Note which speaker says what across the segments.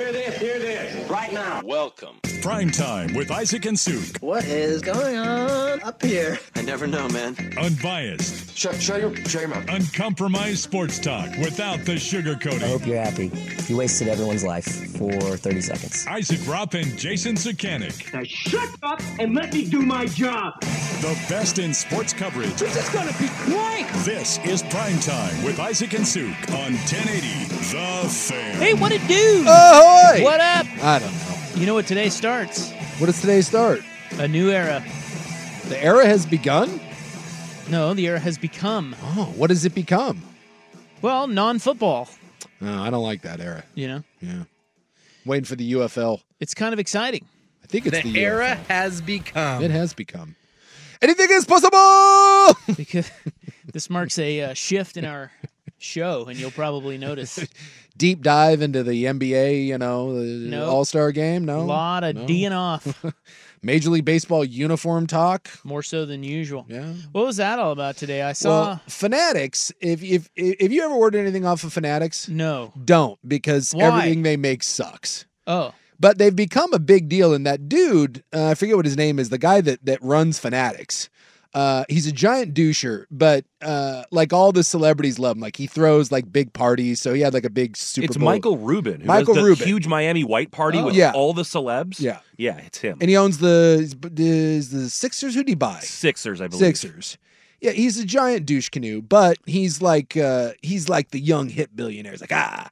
Speaker 1: Hear this, hear this, right now.
Speaker 2: Welcome.
Speaker 3: Prime Time with Isaac and Suk.
Speaker 4: What is going on up here?
Speaker 2: I never know, man.
Speaker 3: Unbiased,
Speaker 5: Shut, shut your, shut your mouth.
Speaker 3: uncompromised sports talk without the
Speaker 6: I
Speaker 3: sugarcoating.
Speaker 6: hope you're happy. You wasted everyone's life for 30 seconds.
Speaker 3: Isaac Rop and Jason Sakanik,
Speaker 1: Now shut up and let me do my job.
Speaker 3: the best in sports coverage.
Speaker 1: This is gonna be great.
Speaker 3: This is Prime Time with Isaac and Suk on 1080 The Fan.
Speaker 7: Hey, what it do?
Speaker 8: Ahoy!
Speaker 7: What up?
Speaker 8: I don't know.
Speaker 7: You know what today starts?
Speaker 8: What does today start?
Speaker 7: A new era.
Speaker 8: The era has begun?
Speaker 7: No, the era has become,
Speaker 8: Oh, what has it become?
Speaker 7: well, non football,
Speaker 8: No, I don't like that era.
Speaker 7: you know?
Speaker 8: Yeah. Waiting for the UFL.
Speaker 7: It's kind of exciting.
Speaker 8: I think it's the,
Speaker 9: era
Speaker 8: UFL.
Speaker 9: has become.
Speaker 8: It has become. Anything is possible!
Speaker 7: because this marks a uh, shift in our show, and you'll probably notice
Speaker 8: Deep dive into the NBA, you know, the
Speaker 7: Nope.
Speaker 8: All Star game.
Speaker 7: a
Speaker 8: No.
Speaker 7: lot of
Speaker 8: no.
Speaker 7: D and off,
Speaker 8: Major League Baseball uniform talk.
Speaker 7: more so than usual.
Speaker 8: Yeah.
Speaker 7: What was that all about today? I saw.
Speaker 8: Well, Fanatics, if, if, if you ever ordered anything off of Fanatics,
Speaker 7: no.
Speaker 8: don't because
Speaker 7: Why?
Speaker 8: everything they make sucks.
Speaker 7: Oh,
Speaker 8: but they've become a big deal. And that dude, uh, I forget what his name is, the guy that that runs Fanatics. Uh, he's a giant doucher, but uh, like all the celebrities love him. Like he throws like big parties, so he had like a big Super
Speaker 10: it's
Speaker 8: Bowl.
Speaker 10: Michael Rubin. Who
Speaker 8: Michael
Speaker 10: does the
Speaker 8: Rubin.
Speaker 10: Huge Miami White party
Speaker 7: Oh.
Speaker 10: with
Speaker 8: Yeah.
Speaker 10: all the celebs.
Speaker 8: Yeah,
Speaker 10: Yeah, it's him.
Speaker 8: and he owns the is the Sixers. Who did he buy?
Speaker 10: Sixers, I believe.
Speaker 8: Sixers. Yeah, he's a giant douche canoe, but he's like uh he's like the young hip billionaires. Like ah,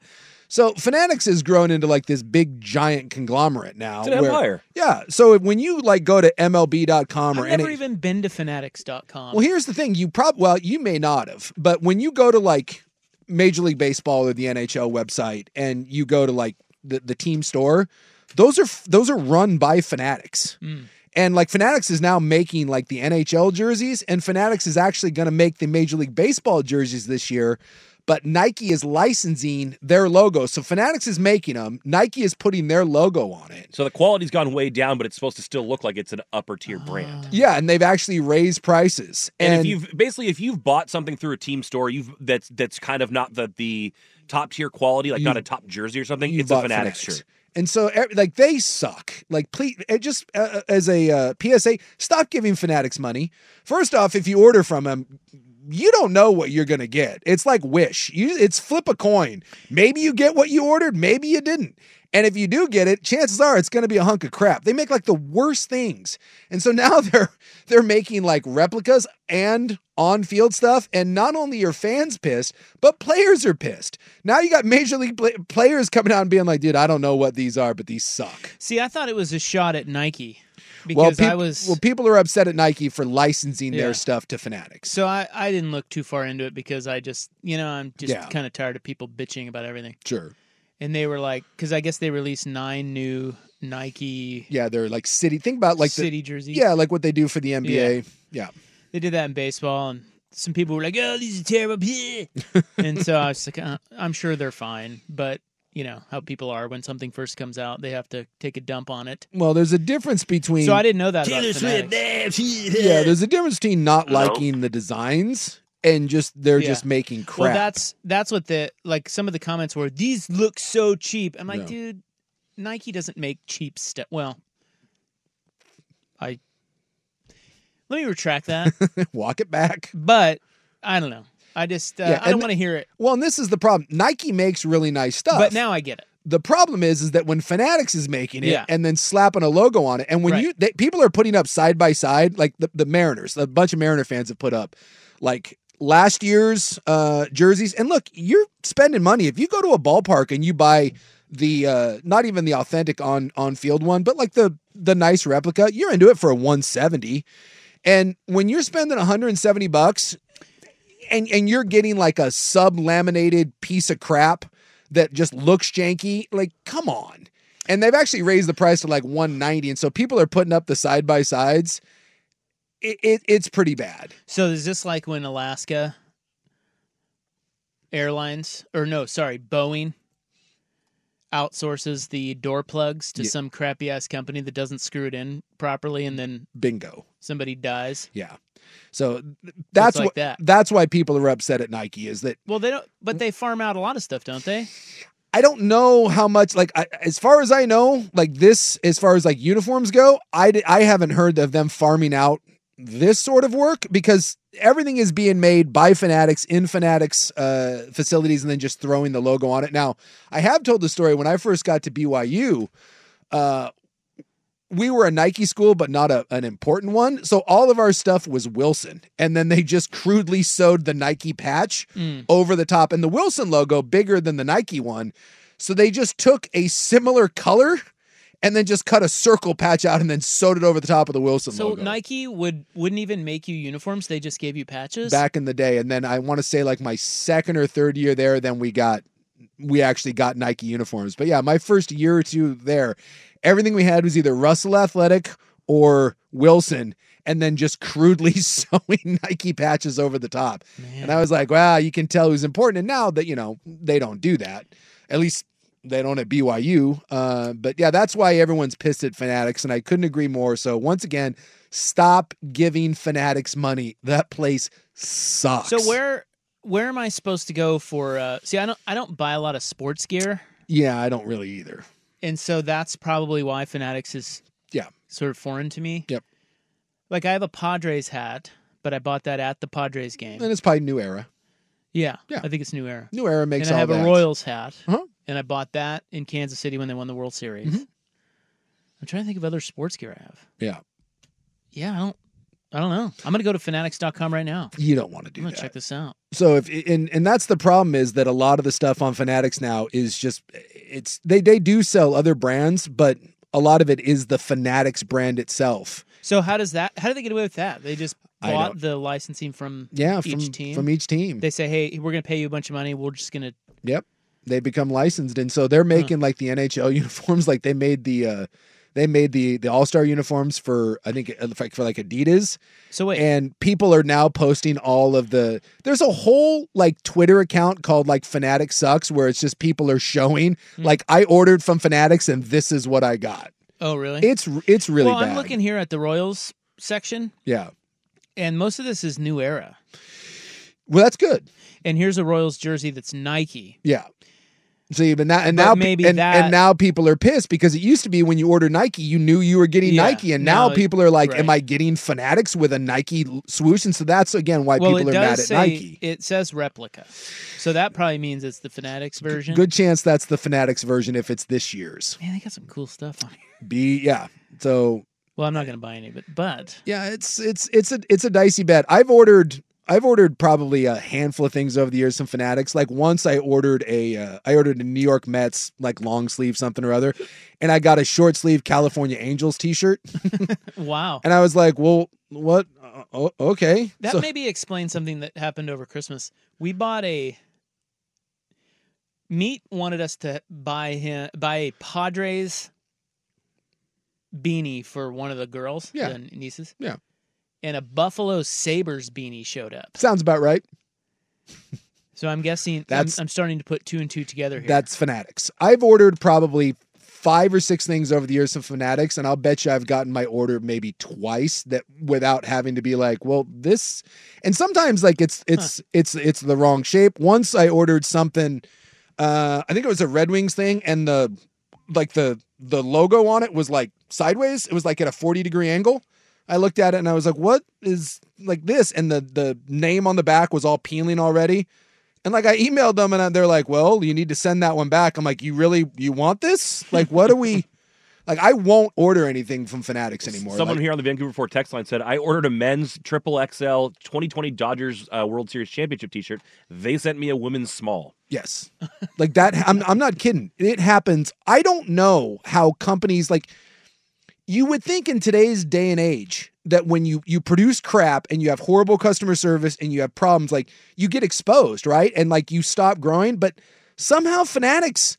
Speaker 8: so Fanatics has grown into like this big giant conglomerate now.
Speaker 10: It's an
Speaker 8: where-
Speaker 10: empire.
Speaker 8: Yeah. So when you like go to MLB.com or
Speaker 7: I've never
Speaker 8: any,
Speaker 7: even been to fanatics.com.
Speaker 8: Well, here's the thing: you prob well, you may not have, but when you go to like Major League Baseball or the NHL website, and you go to like the, the team store, those are f- those are run by Fanatics,
Speaker 7: Mm.
Speaker 8: and like Fanatics is now making like the NHL jerseys, and Fanatics is actually going to make the Major League Baseball jerseys this year. But Nike is licensing their logo, so Fanatics is making them. Nike is putting their logo on it.
Speaker 10: So the quality's gone way down, but it's supposed to still look like it's an upper tier brand.
Speaker 8: Yeah, and they've actually raised prices.
Speaker 10: And, if you've basically if you've bought something through a team store, you've that's that's kind of not the the top tier quality, like
Speaker 8: You-
Speaker 10: not a top jersey or something.
Speaker 8: you
Speaker 10: It's a
Speaker 8: bought
Speaker 10: Fanatics,
Speaker 8: Fanatics.
Speaker 10: shirt.
Speaker 8: And so, e- like, they suck. Like, please, it just uh, as a uh, PSA, stop giving Fanatics money. First off, if you order from them, you don't know what you're gonna get. It's like Wish. You, it's flip a coin. Maybe you get what you ordered. Maybe you didn't. And if you do get it, chances are it's gonna be a hunk of crap. They make like the worst things. And so now they're they're making like replicas and on-field stuff. And not only are fans pissed, but players are pissed. Now you got major league pla players coming out and being like, "Dude, I don't know what these are, but these suck."
Speaker 7: See, I thought it was a shot at Nike
Speaker 8: well,
Speaker 7: because
Speaker 8: peop-
Speaker 7: I was
Speaker 8: well, people are upset at Nike for licensing
Speaker 7: Yeah.
Speaker 8: their stuff to Fanatics.
Speaker 7: So I, I didn't look too far into it because I just, you know, I'm just
Speaker 8: Yeah.
Speaker 7: kind of tired of people bitching about everything.
Speaker 8: Sure.
Speaker 7: And they were like, because I guess they released nine new Nike
Speaker 8: Yeah, they're like city. Think about like the
Speaker 7: city jerseys.
Speaker 8: yeah, like what they do for the NBA. Yeah.
Speaker 7: They did that in baseball, and some people were like, oh, these are terrible. bleh." and so I was like, uh, I'm sure they're fine. But, you know, how people are when something first comes out, they have to take a dump on it.
Speaker 8: Well, there's a difference between
Speaker 7: So I didn't know that. about Fanatics.
Speaker 8: yeah, there's a difference between not
Speaker 2: Hello?
Speaker 8: liking the designs and just they're
Speaker 7: Yeah.
Speaker 8: just making crap.
Speaker 7: Well, that's that's what the like some of the comments were. These look so cheap. I'm like,
Speaker 8: Yeah.
Speaker 7: dude, Nike doesn't make cheap stuff. Well, I Let me retract that.
Speaker 8: Walk it back.
Speaker 7: but I don't know. I just uh,
Speaker 8: Yeah,
Speaker 7: I don't
Speaker 8: and- Oh.
Speaker 7: want to hear it.
Speaker 8: Well, and this is the problem. Nike makes really nice stuff.
Speaker 7: But now I get it.
Speaker 8: the problem is is that when Fanatics is making it
Speaker 7: Yeah.
Speaker 8: and then slapping a logo on it, and when
Speaker 7: Right.
Speaker 8: you they, people are putting up side by side, like the, the Mariners, a bunch of Mariner fans have put up like last year's uh jerseys. And look, you're spending money. If you go to a ballpark and you buy the uh not even the authentic on on field one, but like the the nice replica, you're into it for a 170. And when you're spending 170 bucks and and you're getting like a sub laminated piece of crap that just looks janky, like come on. And they've actually raised the price to like 190 and so people are putting up the side by sides. It, it it's pretty bad.
Speaker 7: So is this like when Alaska Airlines or no, sorry, Boeing outsources the door plugs to
Speaker 8: Yeah.
Speaker 7: some crappy ass company that doesn't screw it in properly and then
Speaker 8: Bingo.
Speaker 7: somebody dies?
Speaker 8: Yeah. So th- that's
Speaker 7: like
Speaker 8: what
Speaker 7: that.
Speaker 8: that's why people are upset at Nike is that
Speaker 7: Well, they don't but they farm out a lot of stuff, don't they?
Speaker 8: I don't know how much like I, as far as I know, like this as far as like uniforms go, I di- I haven't heard of them farming out this sort of work because everything is being made by fanatics in fanatics uh, facilities and then just throwing the logo on it. Now, I have told the story when I first got to BYU, uh, we were a Nike school, but not a, an important one. So all of our stuff was Wilson. And then they just crudely sewed the Nike patch
Speaker 7: Mm.
Speaker 8: over the top and the Wilson logo bigger than the Nike one. So they just took a similar color and then just cut a circle patch out and then sewed it over the top of the Wilson
Speaker 7: So
Speaker 8: logo.
Speaker 7: Nike would wouldn't even make you uniforms, they just gave you patches.
Speaker 8: back in the day. And then I want to say like my second or third year there, then we got we actually got Nike uniforms. But yeah, my first year or two there, everything we had was either Russell Athletic or Wilson, and then just crudely sewing Nike patches over the top. And I was like, wow, you can tell who's important. And now that you know they don't do that, at least. They don't at BYU. Uh, but yeah, that's why everyone's pissed at Fanatics, and I couldn't agree more. So, once again, stop giving Fanatics money. That place sucks.
Speaker 7: So where where am I supposed to go for uh see I don't I don't buy a lot of sports gear.
Speaker 8: Yeah, I don't really either.
Speaker 7: And so that's probably why Fanatics is
Speaker 8: Yeah.
Speaker 7: sort of foreign to me.
Speaker 8: Yep.
Speaker 7: Like I have a Padres hat, but I bought that at the Padres game.
Speaker 8: And it's probably New Era.
Speaker 7: yeah,
Speaker 8: Yeah.
Speaker 7: I think it's New Era.
Speaker 8: New Era makes
Speaker 7: and I
Speaker 8: all
Speaker 7: have
Speaker 8: that.
Speaker 7: a Royals hat,
Speaker 8: Uh-huh. Mm-hmm.
Speaker 7: and I bought that in Kansas City when they won the World Series. I'm trying to think of other sports gear I have.
Speaker 8: Yeah,
Speaker 7: Yeah, I don't. I don't know. I'm gonna go to fanatics.com right now.
Speaker 8: you don't want to do
Speaker 7: I'm gonna
Speaker 8: that.
Speaker 7: check this out.
Speaker 8: so if and and that's the problem is that a lot of the stuff on Fanatics now is just it's they they do sell other brands, but a lot of it is the Fanatics brand itself.
Speaker 7: So how does that? How do they get away with that? They just
Speaker 8: I
Speaker 7: bought
Speaker 8: don't-
Speaker 7: the licensing from
Speaker 8: Yeah,
Speaker 7: each
Speaker 8: from
Speaker 7: team.
Speaker 8: from each team.
Speaker 7: they say, hey, we're gonna pay you a bunch of money. We're just gonna
Speaker 8: Yep. They become licensed and so they're making like the NHL uniforms like they made the uh they made the the All-Star uniforms for I think uh, for like Adidas.
Speaker 7: So wait,
Speaker 8: and people are now posting all of the there's a whole like twitter account called like fanatic sucks where it's just people are showing
Speaker 7: Hmm.
Speaker 8: like i ordered from fanatics and this is what i got
Speaker 7: oh really?
Speaker 8: it's it's really
Speaker 7: well,
Speaker 8: bad
Speaker 7: I'm looking here at the Royals section,
Speaker 8: yeah
Speaker 7: and most of this is New Era.
Speaker 8: well that's good
Speaker 7: And here's a Royals jersey that's Nike.
Speaker 8: yeah see but now and
Speaker 7: But
Speaker 8: now
Speaker 7: maybe
Speaker 8: and,
Speaker 7: that-
Speaker 8: and now people are pissed because it used to be when you order nike you knew you were getting
Speaker 7: Yeah,
Speaker 8: nike and now
Speaker 7: now it-
Speaker 8: people are like am
Speaker 7: right.
Speaker 8: i getting fanatics with a nike swoosh and so that's again why
Speaker 7: well,
Speaker 8: people
Speaker 7: it
Speaker 8: are mad at
Speaker 7: does say
Speaker 8: nike
Speaker 7: it says replica, so that probably means it's the Fanatics version.
Speaker 8: good chance that's the fanatics version if it's this year's
Speaker 7: man, they got some cool stuff on here.
Speaker 8: be yeah so
Speaker 7: Well, I'm not gonna buy any of it, but
Speaker 8: Yeah, it's it's it's a it's a dicey bet. I've ordered I've ordered probably a handful of things over the years. Some fanatics. Like once I ordered a uh, I ordered a New York Mets like long sleeve something or other, and I got a short sleeve California Angels T shirt,
Speaker 7: wow,
Speaker 8: and I was like, well, what? Uh, o- okay,
Speaker 7: that
Speaker 8: So-
Speaker 7: maybe explains something that happened over Christmas. We bought a. Meat wanted us to buy him buy a Padres beanie for one of the girls,
Speaker 8: Yeah.
Speaker 7: the nieces.
Speaker 8: Yeah.
Speaker 7: And a Buffalo Sabres beanie showed up.
Speaker 8: sounds about right.
Speaker 7: So I'm guessing
Speaker 8: That's-
Speaker 7: I'm, I'm starting to put two and two together here.
Speaker 8: That's fanatics. I've ordered probably five or six things over the years from fanatics, and I'll bet you I've gotten my order maybe twice that without having to be like, well, this. And sometimes like it's it's it's it's the wrong shape. Once I ordered something, uh, I think it was a Red Wings thing, and the like the the logo on it was like sideways. It was like at a forty degree angle. I looked at it and I was like, what is like this? And the the name on the back was all peeling already. And like I emailed them and they're like, well, you need to send that one back. I'm like, you really you want this? Like, what do we? Like, I won't order anything from Fanatics anymore.
Speaker 10: Someone
Speaker 8: Like,
Speaker 10: here on the Vancouver Ford text line said, I ordered a men's triple XL 2020 Dodgers uh, World Series Championship t shirt. They sent me a women's small.
Speaker 8: Yes. Like that I'm I'm not kidding. It happens. I don't know how companies like you would think in today's day and age that when you you produce crap and you have horrible customer service and you have problems like you get exposed, right? And like you stop growing, but somehow Fanatics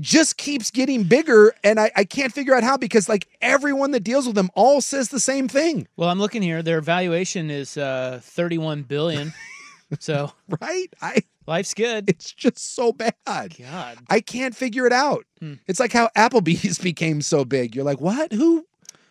Speaker 8: just keeps getting bigger and I, I can't figure out how because like everyone that deals with them all says the same thing,
Speaker 7: Well, I'm looking here. Their valuation is uh, 31 billion. so
Speaker 8: right? I
Speaker 7: life's good.
Speaker 8: it's just so bad.
Speaker 7: God,
Speaker 8: I can't figure it out. It's like how Applebee's became so big. You're like, what? Who?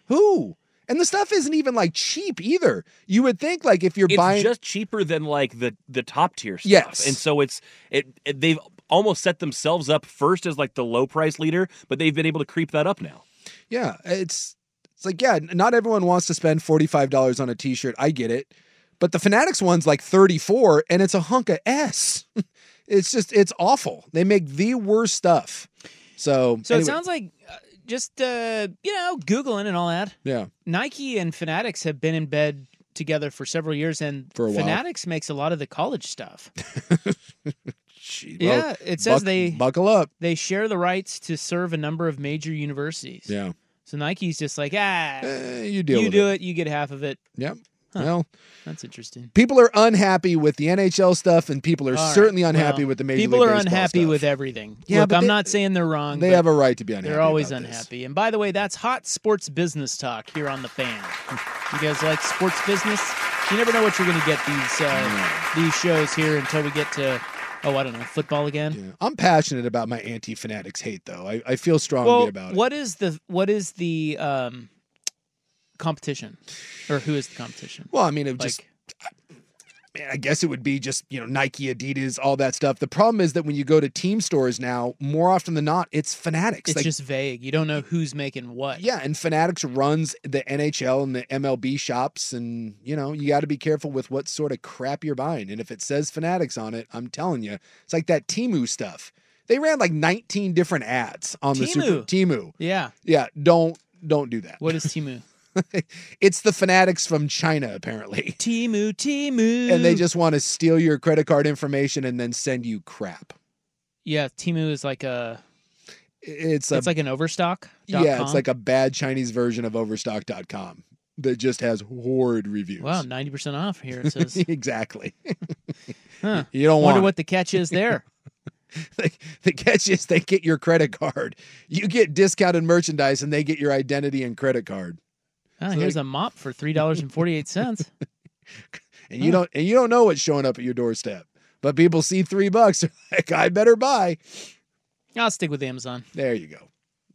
Speaker 8: Who? And the stuff isn't even like cheap either. You would think like if you're
Speaker 10: It's
Speaker 8: buying,
Speaker 10: just cheaper than like the, the top tier stuff.
Speaker 8: Yes.
Speaker 10: And so it's, it, it they've almost set themselves up first as like the low price leader, but they've been able to creep that up now.
Speaker 8: yeah, it's it's like yeah, not everyone wants to spend forty five dollars on a t shirt. I get it, but the Fanatics one's like thirty four, and it's a hunk of s. it's just it's awful. They make the worst stuff. So
Speaker 7: So
Speaker 8: anyway,
Speaker 7: it sounds like uh, just uh, you know googling and all that.
Speaker 8: yeah.
Speaker 7: Nike and Fanatics have been in bed together for several years, and
Speaker 8: For a while.
Speaker 7: Fanatics makes a lot of the college stuff.
Speaker 8: Gee, well,
Speaker 7: yeah, it says
Speaker 8: buck-
Speaker 7: they
Speaker 8: buckle up.
Speaker 7: they share the rights to serve a number of major universities.
Speaker 8: Yeah,
Speaker 7: So Nike's just like ah,
Speaker 8: Eh, you deal.
Speaker 7: you
Speaker 8: with
Speaker 7: do
Speaker 8: it.
Speaker 7: it. you get half of it.
Speaker 8: Yep. Well,
Speaker 7: That's interesting.
Speaker 8: people are unhappy with the NHL stuff, and people are
Speaker 7: All right,
Speaker 8: certainly unhappy
Speaker 7: well,
Speaker 8: with the major.
Speaker 7: People
Speaker 8: League
Speaker 7: are
Speaker 8: Baseball
Speaker 7: unhappy
Speaker 8: stuff.
Speaker 7: with everything.
Speaker 8: Yeah,
Speaker 7: Look,
Speaker 8: but
Speaker 7: I'm
Speaker 8: they-
Speaker 7: not saying they're wrong.
Speaker 8: They
Speaker 7: but
Speaker 8: have a right to be unhappy.
Speaker 7: They're always
Speaker 8: about this.
Speaker 7: unhappy. And by the way, that's hot sports business talk here on the fan. you guys like sports business? You never know what you're going to get these uh,
Speaker 8: Mm.
Speaker 7: these shows here until we get to oh I don't know football again.
Speaker 8: Yeah. I'm passionate about my anti-fanatics hate, though. I, I feel strongly
Speaker 7: well,
Speaker 8: about it.
Speaker 7: what is the what is the um, competition or who is the competition?
Speaker 8: Well, I mean, it
Speaker 7: like
Speaker 8: just man, I guess it would be just you know Nike, Adidas, all that stuff. The problem is that when you go to team stores now, more often than not, it's fanatics.
Speaker 7: it's
Speaker 8: like,
Speaker 7: just vague. You don't know who's making what.
Speaker 8: yeah, and Fanatics runs the NHL and the MLB shops, and you know you got to be careful with what sort of crap you're buying. And if it says Fanatics on it, I'm telling you, it's like that Timu stuff. They ran like 19 different ads on the Super
Speaker 7: Temu.
Speaker 8: Timu.
Speaker 7: Yeah.
Speaker 8: Yeah, don't don't do that.
Speaker 7: What is Timu?
Speaker 8: It's the Fanatics from China apparently,
Speaker 7: Timu, Timu.
Speaker 8: and they just want to steal your credit card information and then send you crap.
Speaker 7: yeah. Timu is like a
Speaker 8: It's a
Speaker 7: it's like an overstock.
Speaker 8: yeah, it's like a bad Chinese version of Overstock.com that just has horrid reviews.
Speaker 7: Wow, ninety percent off here it says.
Speaker 8: exactly.
Speaker 7: Huh.
Speaker 8: You don't
Speaker 7: Wonder
Speaker 8: want
Speaker 7: what the catch is there.
Speaker 8: it. the catch is they get your credit card. You get discounted merchandise and they get your identity and credit card.
Speaker 7: Oh,
Speaker 8: So
Speaker 7: here's a mop for three dollars and forty eight cents.
Speaker 8: And
Speaker 7: Hmm.
Speaker 8: you don't and you don't know what's showing up at your doorstep. But people see three bucks, they're like, I better buy.
Speaker 7: I'll stick with Amazon.
Speaker 8: There you go.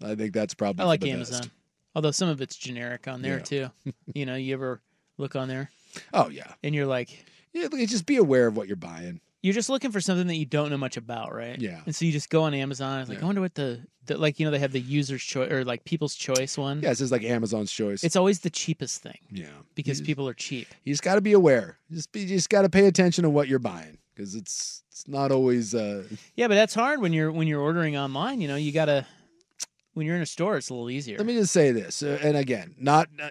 Speaker 8: I think that's probably
Speaker 7: I
Speaker 8: for
Speaker 7: like
Speaker 8: the
Speaker 7: Amazon,
Speaker 8: best.
Speaker 7: although some of it's generic on there
Speaker 8: Yeah.
Speaker 7: too. You know, you ever look on there
Speaker 8: Oh yeah.
Speaker 7: and you're like,
Speaker 8: yeah. look, Just be aware of what you're buying.
Speaker 7: you're just looking for something that you don't know much about, right?
Speaker 8: Yeah.
Speaker 7: And so you just go on Amazon. It's like, I wonder what the, the like you know they have the user's choice or like people's choice one.
Speaker 8: Yeah, it's just like Amazon's choice.
Speaker 7: Hmm. It's always the cheapest thing
Speaker 8: yeah.
Speaker 7: because people are cheap.
Speaker 8: you just got to be aware. Just be, you just got to pay attention to what you're buying because it's it's not always. Uh,
Speaker 7: Yeah, but that's hard when you're when you're ordering online. You know, you gotta when you're in a store, it's a little easier.
Speaker 8: let me just say this, uh, and again, not uh,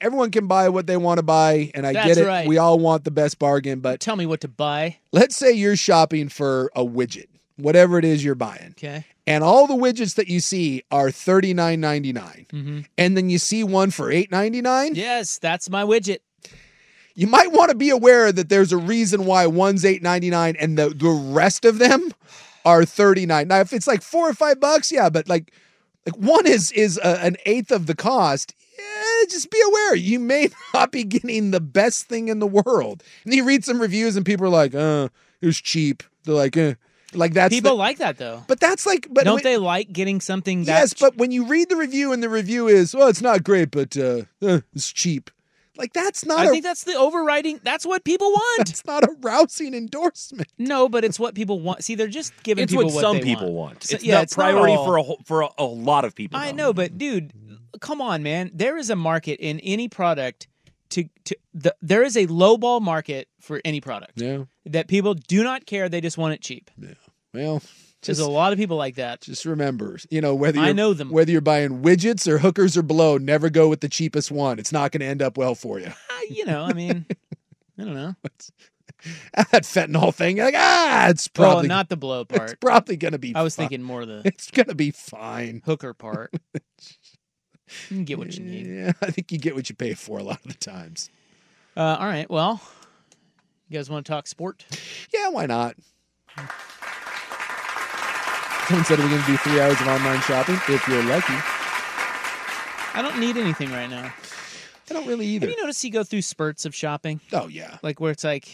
Speaker 8: everyone can buy what they want to buy, and I
Speaker 7: That's
Speaker 8: get it.
Speaker 7: right.
Speaker 8: We all want the best bargain, but
Speaker 7: Tell me what to buy.
Speaker 8: let's say you're shopping for a widget, whatever it is you're buying,
Speaker 7: Okay.
Speaker 8: and all the widgets that you see are thirty nine ninety nine,
Speaker 7: Mm-hmm.
Speaker 8: and then you see one for eight ninety nine.
Speaker 7: Yes, that's my widget.
Speaker 8: You might want to be aware that there's a reason why one's eight ninety nine and the, the rest of them are thirty nine. Now, if it's like four or five bucks, yeah, but like like one is is uh an eighth of the cost. Yeah, just be aware you may not be getting the best thing in the world. And you read some reviews and people are like, "Uh, it was cheap." They're like, "Uh," like that's
Speaker 7: People
Speaker 8: the-
Speaker 7: like that though.
Speaker 8: but that's like, but
Speaker 7: Don't
Speaker 8: when-
Speaker 7: they like getting something that
Speaker 8: Yes, but when you read the review and the review is, "Well, it's not great, but uh, uh it's cheap." Like that's not
Speaker 7: I
Speaker 8: a
Speaker 7: think that's the overriding that's what people want.
Speaker 8: that's not a rousing endorsement.
Speaker 7: no, but it's what people want. See, they're just giving
Speaker 10: It's
Speaker 7: people
Speaker 10: what some
Speaker 7: they
Speaker 10: people
Speaker 7: want.
Speaker 10: want.
Speaker 7: So-
Speaker 10: it's
Speaker 7: yeah,
Speaker 10: not
Speaker 7: it's not
Speaker 10: priority
Speaker 7: all-
Speaker 10: for a whole, for a, a lot of people.
Speaker 7: I
Speaker 10: though.
Speaker 7: know, but dude, come on, man. There is a market in any product to to the, there is a low ball market for any product
Speaker 8: Yeah.
Speaker 7: that people do not care. They just want it cheap.
Speaker 8: Well,
Speaker 7: There's
Speaker 8: just
Speaker 7: a lot of people like that.
Speaker 8: just remember, you know whether
Speaker 7: I
Speaker 8: you're,
Speaker 7: know them.
Speaker 8: whether you're buying widgets or hookers or blow, never go with the cheapest one. It's not going to end up well for you.
Speaker 7: Ah, you know, I mean, I don't know.
Speaker 8: that fentanyl thing, like ah, it's
Speaker 7: Well,
Speaker 8: probably
Speaker 7: not the blow
Speaker 8: it's
Speaker 7: part.
Speaker 8: probably going to be.
Speaker 7: I was
Speaker 8: fi-
Speaker 7: thinking more the
Speaker 8: it's going to be fine.
Speaker 7: hooker part. You can get what you need.
Speaker 8: Yeah, I think you get what you pay for a lot of the times.
Speaker 7: Uh, all right. Well, you guys want to talk sport?
Speaker 8: Yeah, why not? Someone said we're going to do three hours of online shopping if you're lucky.
Speaker 7: I don't need anything right now.
Speaker 8: I don't really either.
Speaker 7: Have you noticed you go through spurts of shopping?
Speaker 8: oh yeah,
Speaker 7: Like where it's like,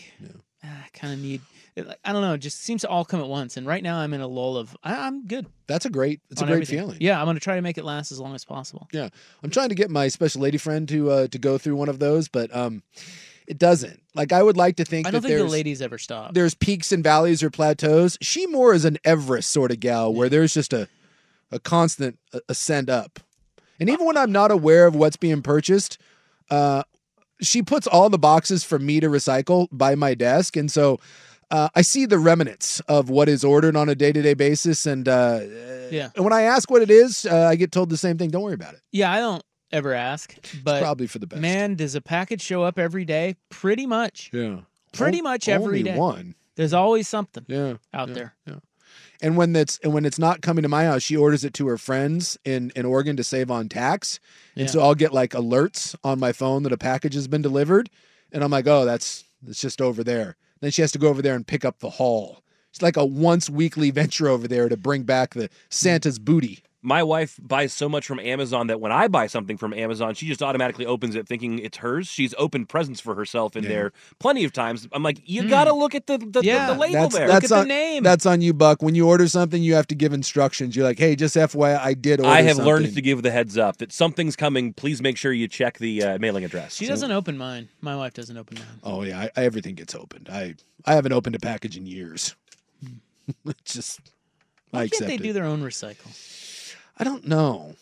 Speaker 7: "Ah, I kind of need, it, like, I don't know, it just seems to all come at once. And right now I'm in a lull of, I, I'm good.
Speaker 8: that's a great. It's a
Speaker 7: on
Speaker 8: great
Speaker 7: everything.
Speaker 8: feeling.
Speaker 7: Yeah, I'm going to try to make it last as long as possible.
Speaker 8: Yeah, I'm trying to get my special lady friend to uh, to go through one of those, but um, it doesn't. Like I would like to think
Speaker 7: I
Speaker 8: that
Speaker 7: don't think the
Speaker 8: there's
Speaker 7: ladies ever stop.
Speaker 8: there's peaks and valleys or plateaus. She more is an Everest sort of gal where there's just a a constant a- ascend up, and even when I'm not aware of what's being purchased, uh, she puts all the boxes for me to recycle by my desk, and so. Uh, I see the remnants of what is ordered on a day to day basis. And uh,
Speaker 7: Yeah.
Speaker 8: and when I ask what it is, uh, I get told the same thing. Don't worry about it.
Speaker 7: Yeah, I don't ever ask, but
Speaker 8: Probably for the best.
Speaker 7: man, does a package show up every day? Pretty much.
Speaker 8: Yeah.
Speaker 7: Pretty much every
Speaker 8: only
Speaker 7: day.
Speaker 8: one.
Speaker 7: There's always something
Speaker 8: Yeah.
Speaker 7: out
Speaker 8: yeah.
Speaker 7: there.
Speaker 8: And when that's and when it's not coming to my house, she orders it to her friends in in Oregon to save on tax. And
Speaker 7: Yeah.
Speaker 8: so I'll get like alerts on my phone that a package has been delivered, and I'm like, oh, that's it's just over there. Then she has to go over there and pick up the haul. It's like a once weekly venture over there to bring back the Santa's booty.
Speaker 10: My wife buys so much from Amazon that when I buy something from Amazon, she just automatically opens it thinking it's hers. She's opened presents for herself in there plenty of times. I'm like, you gotta look at the the, the-
Speaker 7: Yeah,
Speaker 10: the label
Speaker 8: That's
Speaker 10: there.
Speaker 8: that's
Speaker 7: at the
Speaker 8: on,
Speaker 7: name.
Speaker 8: That's on you, Buck. When you order something, you have to give instructions. You're like, hey, just FYI, I did order.
Speaker 10: I have learned
Speaker 8: something."
Speaker 10: to give the heads up that something's coming. Please make sure you check the uh, mailing address.
Speaker 7: She doesn't open mine. My wife doesn't open mine.
Speaker 8: Oh yeah, I, I, everything gets opened. I I haven't opened a package in years. it's just I
Speaker 7: Why can't
Speaker 8: accept
Speaker 7: they
Speaker 8: it.
Speaker 7: do their own recycle?
Speaker 8: I don't know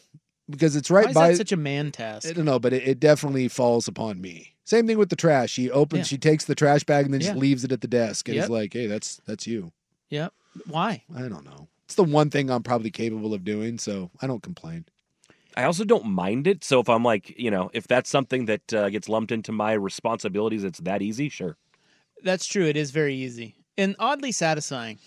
Speaker 8: because it's
Speaker 7: Why
Speaker 8: right
Speaker 7: is
Speaker 8: by.
Speaker 7: that such a man task?
Speaker 8: I don't know, but it, it definitely falls upon me. Same thing with the trash. She opens,
Speaker 7: Yeah.
Speaker 8: she takes the trash bag and then just
Speaker 7: Yeah.
Speaker 8: leaves it at the desk and
Speaker 7: Yep.
Speaker 8: is like, "Hey, that's that's you."
Speaker 7: Yep. Why?
Speaker 8: I don't know. It's the one thing I'm probably capable of doing, so I don't complain.
Speaker 10: I also don't mind it. So if I'm like, you know, if that's something that uh, gets lumped into my responsibilities, it's that easy. Sure.
Speaker 7: That's true. It is very easy and oddly satisfying.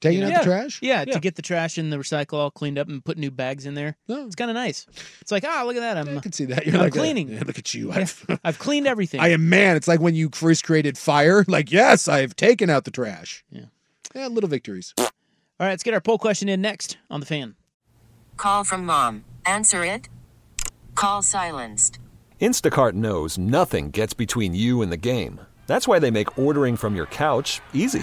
Speaker 8: Taking out
Speaker 10: Yeah.
Speaker 8: the trash.
Speaker 7: Yeah,
Speaker 10: Yeah.
Speaker 7: to get the trash and the recycle all cleaned up and put new bags in there.
Speaker 8: No.
Speaker 7: It's kind of nice. It's like, ah, look at that.
Speaker 8: I
Speaker 7: I'm,
Speaker 8: can see that. You're
Speaker 7: I'm
Speaker 8: like,
Speaker 7: cleaning.
Speaker 8: "Yeah, look at you.
Speaker 7: Yeah.
Speaker 8: I've,
Speaker 7: I've cleaned everything.
Speaker 8: I am man. It's like when you first created fire. Like, yes, I've taken out the trash.
Speaker 7: Yeah.
Speaker 8: Yeah, little victories.
Speaker 7: All right, let's get our poll question in next on the fan.
Speaker 2: Call from mom. Answer it. Call silenced.
Speaker 5: Instacart knows nothing gets between you and the game. That's why they make ordering from your couch easy.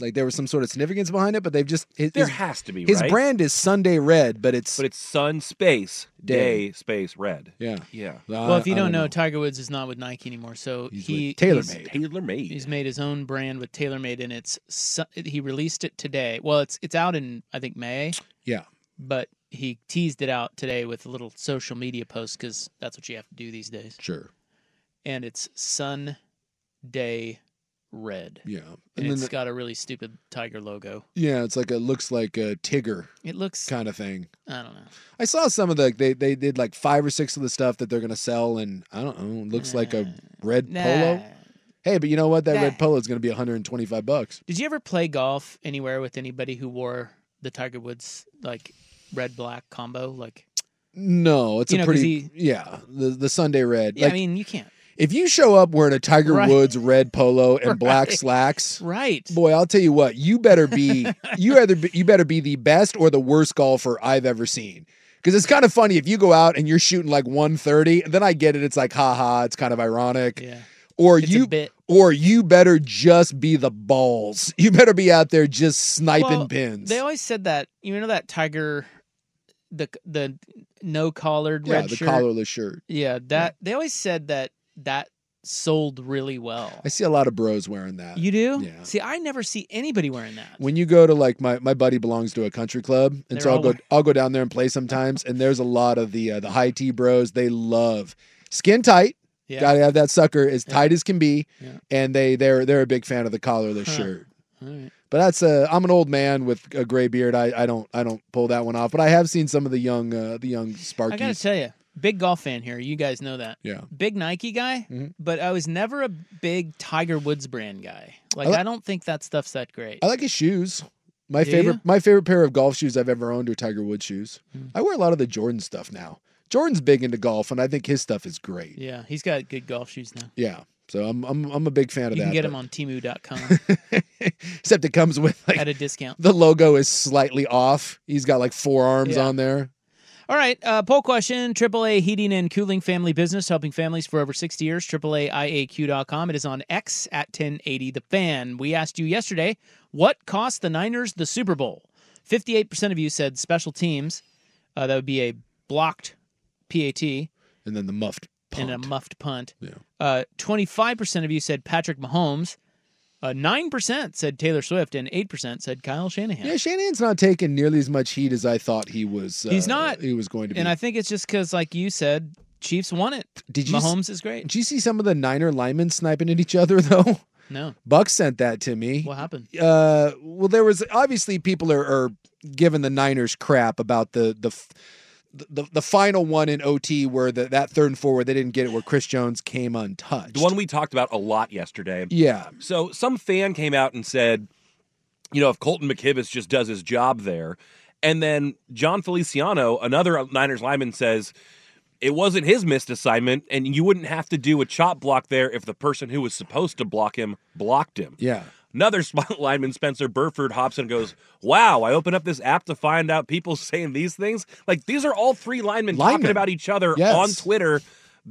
Speaker 8: like there was some sort of significance behind it, but they've just his,
Speaker 10: There
Speaker 8: his-
Speaker 10: has to be,
Speaker 8: His
Speaker 10: right?
Speaker 8: brand is Sunday Red, but it's
Speaker 10: But it's sun, space,
Speaker 8: Day.
Speaker 10: day, space, red.
Speaker 8: yeah. Uh,
Speaker 10: Yeah.
Speaker 7: Well, if you Uh, don't, know, Tiger Woods is not with Nike anymore, so he he's-
Speaker 8: TaylorMade.
Speaker 10: Taylor made.
Speaker 7: He's made his own brand with TaylorMade, and it's su- he released it today. Well, it's it's out in I think May,
Speaker 8: yeah,
Speaker 7: but he teased it out today with a little social media post because that's what you have to do these days.
Speaker 8: sure,
Speaker 7: And it's Sun Day Red,
Speaker 8: yeah,
Speaker 7: and,
Speaker 8: then
Speaker 7: it's
Speaker 8: the-
Speaker 7: got a really stupid tiger logo.
Speaker 8: yeah, it's like a looks like a Tigger
Speaker 7: It looks
Speaker 8: kind of thing.
Speaker 7: I don't know.
Speaker 8: I saw some of the they they did like five or six of the stuff that they're gonna sell, and I don't know, it looks like a red polo.
Speaker 7: Nah.
Speaker 8: Hey, but you know what? That
Speaker 7: Nah.
Speaker 8: red polo is gonna be 125 bucks.
Speaker 7: Did you ever play golf anywhere with anybody who wore the Tiger Woods like red black combo? Like,
Speaker 8: No, it's
Speaker 7: You
Speaker 8: a
Speaker 7: know, 'cause
Speaker 8: pretty yeah. The the Sunday red.
Speaker 7: yeah,
Speaker 8: like,
Speaker 7: I mean, you can't.
Speaker 8: if you show up wearing a Tiger
Speaker 7: Right.
Speaker 8: Woods red polo and black
Speaker 7: Right.
Speaker 8: slacks,
Speaker 7: Right.
Speaker 8: boy, I'll tell you what, you better be you either be, you better be the best or the worst golfer I've ever seen. Because it's kind of funny if you go out and you're shooting like 130, and then I get it. It's like, haha, it's kind of ironic.
Speaker 7: Yeah.
Speaker 8: Or
Speaker 7: It's a
Speaker 8: you
Speaker 7: bit.
Speaker 8: or you better just be the balls. You better be out there just sniping
Speaker 7: Well,
Speaker 8: pins.
Speaker 7: They always said that. You know that tiger, the the no collared
Speaker 8: yeah,
Speaker 7: red
Speaker 8: the
Speaker 7: shirt.
Speaker 8: collarless shirt.
Speaker 7: Yeah, that they always said that that sold really well.
Speaker 8: I see a lot of bros wearing that.
Speaker 7: You do?
Speaker 8: Yeah.
Speaker 7: See, I never see anybody wearing that.
Speaker 8: when you go to like my my buddy belongs to a country club and
Speaker 7: They're
Speaker 8: so I'll
Speaker 7: all
Speaker 8: go
Speaker 7: wearing-
Speaker 8: I'll go down there and play sometimes and there's a lot of the uh, the high tea bros they love skin tight
Speaker 7: Yeah.
Speaker 8: got to have that sucker as tight as can be
Speaker 7: Yeah.
Speaker 8: and they they're they're a big fan of the collarless
Speaker 7: Huh.
Speaker 8: shirt
Speaker 7: All right.
Speaker 8: but that's uh I'm an old man with a gray beard I I don't I don't pull that one off but I have seen some of the young uh, the young
Speaker 7: I gotta
Speaker 8: sparkies
Speaker 7: tell you, big golf fan here. You guys know that.
Speaker 8: yeah
Speaker 7: Big Nike guy,
Speaker 8: Mhm.
Speaker 7: but I was never a big Tiger Woods brand guy. Like
Speaker 8: I
Speaker 7: I,
Speaker 8: li-
Speaker 7: don't think that stuff's that great.
Speaker 8: I like his shoes my
Speaker 7: Do
Speaker 8: favorite
Speaker 7: you?
Speaker 8: my favorite pair of golf shoes I've ever owned are Tiger Woods shoes
Speaker 7: Hmm.
Speaker 8: I wear a lot of the Jordan stuff now Jordan's big into golf and I think his stuff is great
Speaker 7: yeah, he's got good golf shoes now.
Speaker 8: Yeah. So I'm I'm I'm a big fan of
Speaker 7: You
Speaker 8: that.
Speaker 7: can get them
Speaker 8: but-
Speaker 7: on Timu.com
Speaker 8: Except it comes with like
Speaker 7: at a discount.
Speaker 8: the logo is slightly off. He's got like four arms
Speaker 7: Yeah.
Speaker 8: on there.
Speaker 7: All right, uh, poll question. AAA Heating and Cooling Family Business, helping families for over 60 years. AAAIAQ.com. It is on X at 1080 The Fan. We asked you yesterday, what cost the Niners the Super Bowl? 58% of you said special teams. Uh, that would be a blocked PAT
Speaker 8: And then the muffed punt.
Speaker 7: and a muffed punt.
Speaker 8: Yeah.
Speaker 7: Uh, 25% of you said Patrick Mahomes. Uh, 9% said Taylor Swift, and 8% said Kyle Shanahan.
Speaker 8: yeah, Shanahan's not taking nearly as much heat as I thought he was. uh,
Speaker 7: He's not.
Speaker 8: He was going to be.
Speaker 7: and I think it's just because, like you said, Chiefs won it.
Speaker 8: Did you s-
Speaker 7: Mahomes is great.
Speaker 8: Did you see some of the Niner linemen sniping at each other though?
Speaker 7: No.
Speaker 8: Buck sent that to me.
Speaker 7: What happened?
Speaker 8: uh well there was obviously people are, are giving the niners crap about the the f- the, the final one in OT where the, that third and four where they didn't get it where Chris Jones came untouched.
Speaker 10: The one we talked about a lot yesterday.
Speaker 8: yeah,
Speaker 10: So some fan came out and said, you know, if Colton McKibbis just does his job there. And then John Feliciano, another Niners lineman, says it wasn't his missed assignment, and you wouldn't have to do a chop block there if the person who was supposed to block him blocked him.
Speaker 8: yeah.
Speaker 10: Another spot lineman, Spencer Burford, hops in and goes, Wow, I open up this app to find out people saying these things. Like, these are all three linemen,
Speaker 8: Linemen.
Speaker 10: talking about each other
Speaker 8: Yes.
Speaker 10: on Twitter,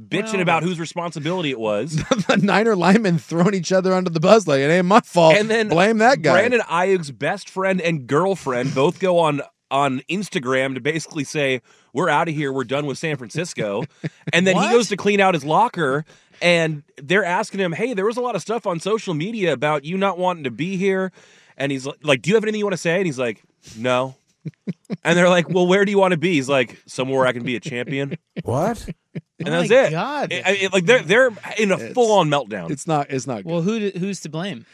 Speaker 10: bitching
Speaker 7: Wow.
Speaker 10: about whose responsibility it was.
Speaker 8: the Niner linemen throwing each other under the bus like it ain't my fault.
Speaker 10: and then
Speaker 8: Oh, blame that guy.
Speaker 10: Brandon Ayuk's best friend and girlfriend both go on on Instagram to basically say we're out of here, we're done with San Francisco, and then he
Speaker 7: What?
Speaker 10: goes to clean out his locker. And they're asking him, "Hey, there was a lot of stuff on social media about you not wanting to be here," and he's like, "Like, do you have anything you want to say?" And he's like, "No." and they're like, "Well, where do you want to be?" He's like, "Somewhere I can be a champion."
Speaker 5: What?
Speaker 10: And
Speaker 7: Oh
Speaker 10: that's
Speaker 7: my
Speaker 10: it.
Speaker 7: God.
Speaker 10: It- it- like they're they're in a full on meltdown.
Speaker 8: it's not. It's not.
Speaker 7: Well, who d- who's to blame?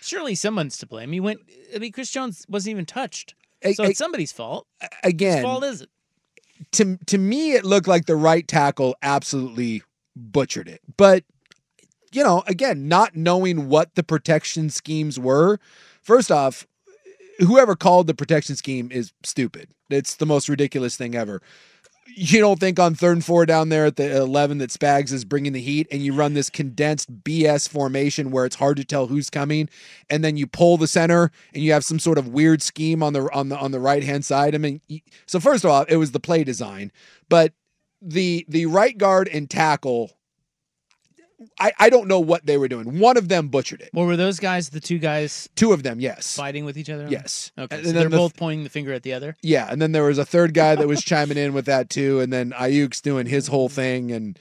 Speaker 7: Surely someone's to blame. He went. I mean, Chris Jones wasn't even touched,
Speaker 8: Hey,
Speaker 7: so
Speaker 8: hey,
Speaker 7: it's somebody's fault.
Speaker 8: good.
Speaker 7: Whose
Speaker 8: again.
Speaker 7: fault is it?
Speaker 8: to to me it looked like the right tackle absolutely butchered it but you know again not knowing what the protection schemes were first off whoever called the protection scheme is stupid it's the most ridiculous thing ever you don't think on third and four down there at the 11 that Spags is bringing the heat and you run this condensed BS formation where it's hard to tell who's coming and then you pull the center and you have some sort of weird scheme on the on the on the right-hand side. I mean, y- so first of all, it was the play design, but the the right guard and tackle I, I don't know what they were doing. One of them butchered it.
Speaker 7: Well, were those guys the two guys?
Speaker 8: Two of them, yes.
Speaker 7: Fighting with each other? on it?
Speaker 8: Yes.
Speaker 7: Okay.
Speaker 8: And
Speaker 7: so
Speaker 8: then
Speaker 7: they're
Speaker 8: the-
Speaker 7: both pointing the finger at the other.
Speaker 8: Yeah, and then there was a third guy that was chiming in with that too, and then Ayuk's doing his whole thing, and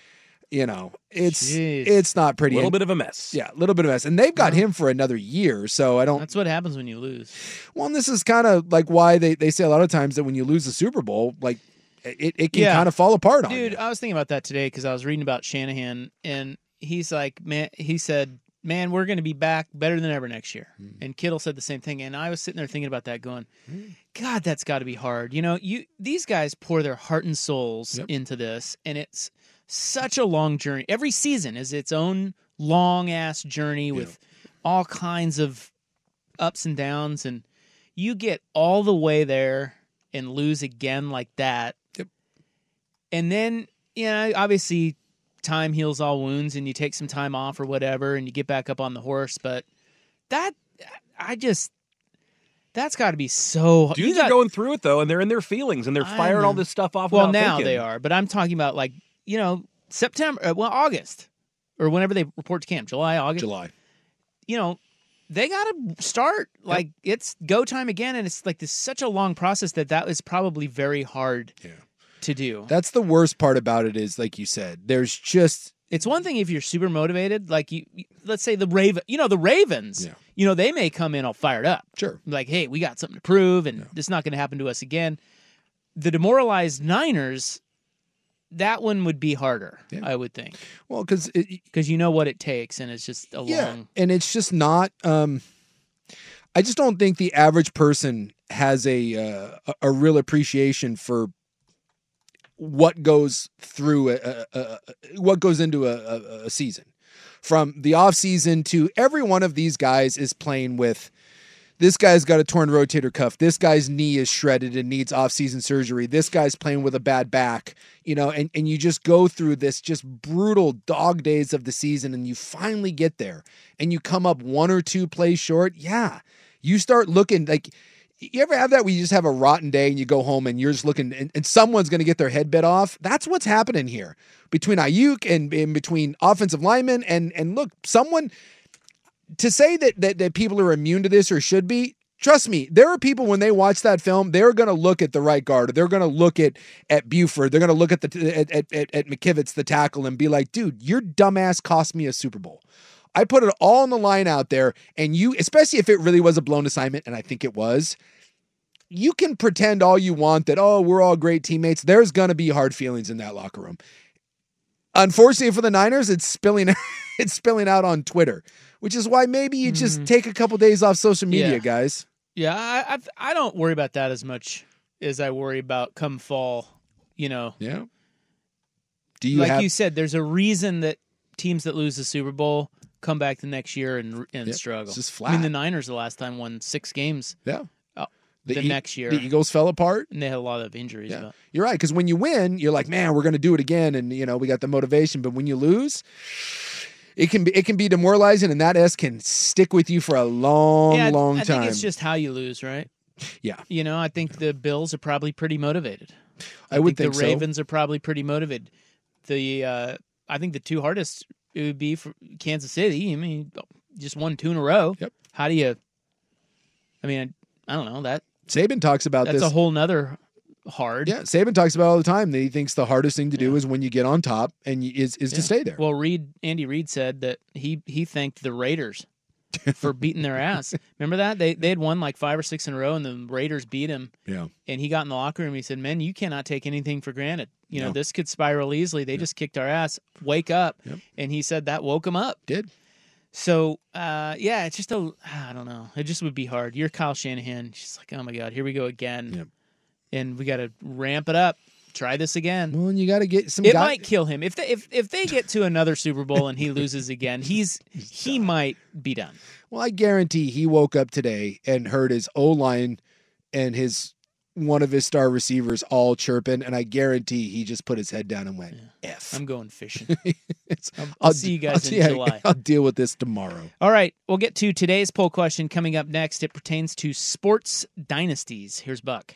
Speaker 8: you know, it's it's not pretty.
Speaker 10: Little bit of a mess.
Speaker 8: Yeah, a little bit of a mess, and they've got him for another year, so I don't.
Speaker 7: That's what happens when you lose.
Speaker 8: Well, and this is kind of like why they they say a lot of times that when you lose the Super Bowl, like it it can
Speaker 7: Yeah.
Speaker 8: kind of fall apart on. you.
Speaker 7: Dude, I was thinking about that today because I was reading about Shanahan, and he's like, man, he said, man, we're going to be back better than ever next year.
Speaker 8: Hmm.
Speaker 7: And Kittle said the same thing, and I was sitting there thinking about that, going, God, that's got to be hard. You know, you these guys pour their heart and souls into this, and it's such a long journey. Every season is its own long ass journey with all kinds of ups and downs, and you get all the way there and lose again like that.
Speaker 8: Yep.
Speaker 7: And then, you know, obviously time heals all wounds and you take some time off or whatever and you get back up on the horse, but that I just that's got to be
Speaker 8: Uh,
Speaker 7: so
Speaker 10: Dudes
Speaker 7: got-
Speaker 10: are going through it though, and they're in their feelings, and they're
Speaker 7: I
Speaker 10: firing all
Speaker 7: know.
Speaker 10: this stuff off.
Speaker 7: Well,
Speaker 10: without
Speaker 7: now
Speaker 10: thinking.
Speaker 7: they are, but I'm talking about like, you know, September, uh, well, August or whenever they report to camp, July, August.
Speaker 8: July.
Speaker 7: You know, they got to start like it's go time again and it's like this such a long process that that is probably very hard to do.
Speaker 8: That's the worst part about it is like you said, there's just
Speaker 7: It's one thing if you're super motivated, like you, you- let's say the Raven, you know, the Ravens, you know, they may come in all fired up.
Speaker 8: Sure.
Speaker 7: Like, hey, we got something to prove and this is not going to happen to us again. The demoralized Niners, that one would be harder, I would think.
Speaker 8: Well, because
Speaker 7: because you know what it takes and it's just a long.
Speaker 8: and it's just not um i just don't think the average person has a uh, a- a real appreciation for what goes through a, a, a, a- what goes into a, a, a season from the off season to every one of these guys is playing with this guy's got a torn rotator cuff. This guy's knee is shredded and needs off-season surgery. This guy's playing with a bad back, you know, and, and you just go through this just brutal dog days of the season and you finally get there and you come up one or two plays short. Yeah. You start looking like you ever have that where you just have a rotten day and you go home and you're just looking and, and someone's going to get their head bit off? That's what's happening here between Ayuk and, and between offensive linemen. And, and look, someone, to say that, that that people are immune to this or should be trust me there are people when they watch that film they're going to look at the right guard they're going to look at at buford they're going to look at the at, at, at, at mckivitz the tackle and be like dude your dumbass cost me a super bowl i put it all on the line out there and you especially if it really was a blown assignment and i think it was you can pretend all you want that oh we're all great teammates there's going to be hard feelings in that locker room unfortunately for the Niners, it's spilling it's spilling out on Twitter, which is why maybe you just take a couple days off social media,
Speaker 7: Hmm. Yeah.
Speaker 8: guys.
Speaker 7: Yeah, I, I I don't worry about that as much as I worry about come fall. You know,
Speaker 8: Yeah. Do you
Speaker 7: like
Speaker 8: have
Speaker 7: you said, there's a reason that teams that lose the Super Bowl come back the next year and and
Speaker 8: Yep,
Speaker 7: struggle.
Speaker 8: it's just
Speaker 7: I mean,
Speaker 8: flat.
Speaker 7: the Niners the last time won six games.
Speaker 8: Yeah.
Speaker 7: uh,
Speaker 8: the
Speaker 7: the,
Speaker 8: E-
Speaker 7: next year
Speaker 8: the Eagles fell apart?
Speaker 7: and they had a lot of injuries.
Speaker 8: Yeah.
Speaker 7: But
Speaker 8: You're right, because when you win, you're like, man, we're gonna do it again, and you know, we got the motivation. But when you lose, it can be it can be demoralizing, and that S can stick with you for a long,
Speaker 7: yeah, I-
Speaker 8: long
Speaker 7: I
Speaker 8: time.
Speaker 7: think it's just how you lose, right?
Speaker 8: Yeah.
Speaker 7: You know, I think the Bills are probably pretty motivated.
Speaker 8: I would think
Speaker 7: the
Speaker 8: so.
Speaker 7: Ravens are probably pretty motivated. The uh, I think the two hardest it would be for Kansas City. I mean, just won two in a row.
Speaker 8: Yep.
Speaker 7: How do you? I mean, I don't know that.
Speaker 8: Saban talks about
Speaker 7: that's
Speaker 8: this.
Speaker 7: a whole nother hard.
Speaker 8: yeah, Saban talks about it all the time that he thinks the hardest thing to do is when you get on top and you, is is to stay there.
Speaker 7: Well, Reed Andy Reid said that he he thanked the Raiders for beating their ass. Remember that they they had won like five or six in a row, and the Raiders beat him.
Speaker 8: Yeah.
Speaker 7: And he got in the locker room. He said, "Men, you cannot take anything for granted. You know
Speaker 8: No.
Speaker 7: this could spiral easily. They just kicked our ass. Wake up." And he said that woke him up.
Speaker 8: Did.
Speaker 7: So uh, yeah, it's just a I don't know. It just would be hard. You're Kyle Shanahan. She's like, oh my god, here we go again. And we got to ramp it up. Try this again.
Speaker 8: Well, and you got to get some.
Speaker 7: It
Speaker 8: guy-
Speaker 7: might kill him if they if if they get to another Super Bowl and he loses again. He's he might be done.
Speaker 8: Well, I guarantee he woke up today and heard his O line and his one of his star receivers all chirping, and I guarantee he just put his head down and went, F.
Speaker 7: I'm going fishing. I'll,
Speaker 8: I'll
Speaker 7: see
Speaker 8: d-
Speaker 7: you
Speaker 8: I'll
Speaker 7: guys in
Speaker 8: see-
Speaker 7: July.
Speaker 8: I'll deal with this tomorrow.
Speaker 7: All right, we'll get to today's poll question coming up next. It pertains to sports dynasties. Here's Buck.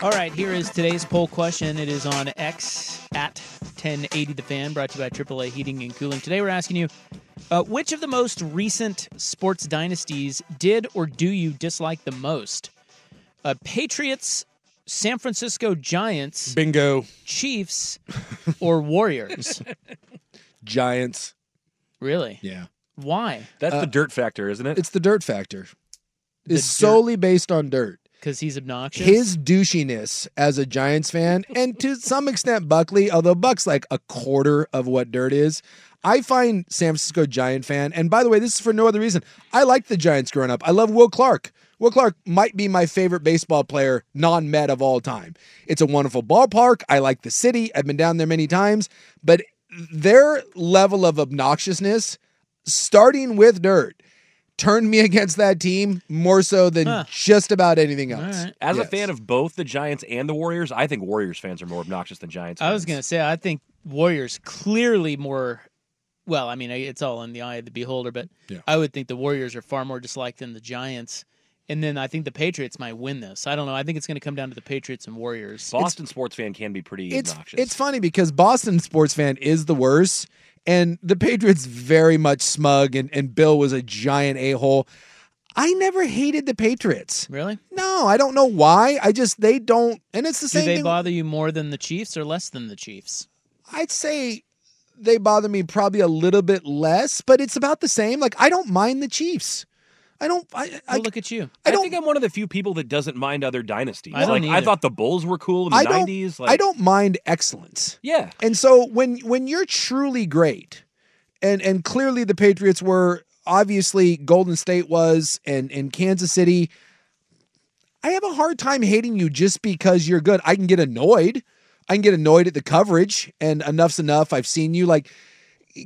Speaker 7: All right, here is today's poll question. It is on X at 1080 The Fan, brought to you by AAA Heating and Cooling. Today we're asking you uh, which of the most recent sports dynasties did or do you dislike the most? Uh, Patriots, San Francisco Giants,
Speaker 8: Bingo,
Speaker 7: Chiefs, or Warriors?
Speaker 8: Giants.
Speaker 7: Really?
Speaker 8: Yeah.
Speaker 7: Why?
Speaker 10: That's the dirt factor, isn't it?
Speaker 8: Uh, It's the dirt factor. It's solely based on dirt.
Speaker 7: Because he's obnoxious.
Speaker 8: His douchiness as a Giants fan, and to some extent Buckley, although Buck's like a quarter of what Dirt is. I find San Francisco Giant fan, and by the way, this is for no other reason. I liked the Giants growing up. I love Will Clark. Will Clark might be my favorite baseball player, non med of all time. It's a wonderful ballpark. I like the city. I've been down there many times, but their level of obnoxiousness, starting with Dirt, turned me against that team more so than just about anything else.
Speaker 10: As
Speaker 8: Yes.
Speaker 10: a fan of both the Giants and the Warriors, I think Warriors fans are more obnoxious than Giants.
Speaker 7: I was going to say, I think Warriors clearly more. Well, I mean, it's all in the eye of the beholder, but I would think the Warriors are far more disliked than the Giants. And then I think the Patriots might win this. I don't know. I think it's going to come down to the Patriots and Warriors.
Speaker 10: Boston sports fan can be pretty
Speaker 8: It's
Speaker 10: obnoxious.
Speaker 8: it's funny because Boston sports fan is the worst, and the Patriots very much smug, and, and Bill was a giant a hole. I never hated the Patriots.
Speaker 7: Really?
Speaker 8: No, I don't know why. I just they don't, and it's the
Speaker 7: Do
Speaker 8: same
Speaker 7: they
Speaker 8: thing.
Speaker 7: bother you more than the Chiefs or less than the Chiefs?
Speaker 8: I'd say they bother me probably a little bit less, but it's about the same. Like I don't mind the Chiefs. I don't. I, I
Speaker 7: Well, look at you.
Speaker 10: I, think I'm one of the few people that doesn't mind other dynasties.
Speaker 8: I
Speaker 10: like
Speaker 8: don't
Speaker 10: I
Speaker 8: either.
Speaker 10: thought the Bulls were cool in the
Speaker 8: I don't.
Speaker 10: 90s. Like,
Speaker 8: I don't mind excellence.
Speaker 10: Yeah.
Speaker 8: And so when when you're truly great, and and clearly the Patriots were, obviously Golden State was, and and Kansas City. I have a hard time hating you just because you're good. I can get annoyed. I can get annoyed at the coverage, and enough's enough. I've seen you like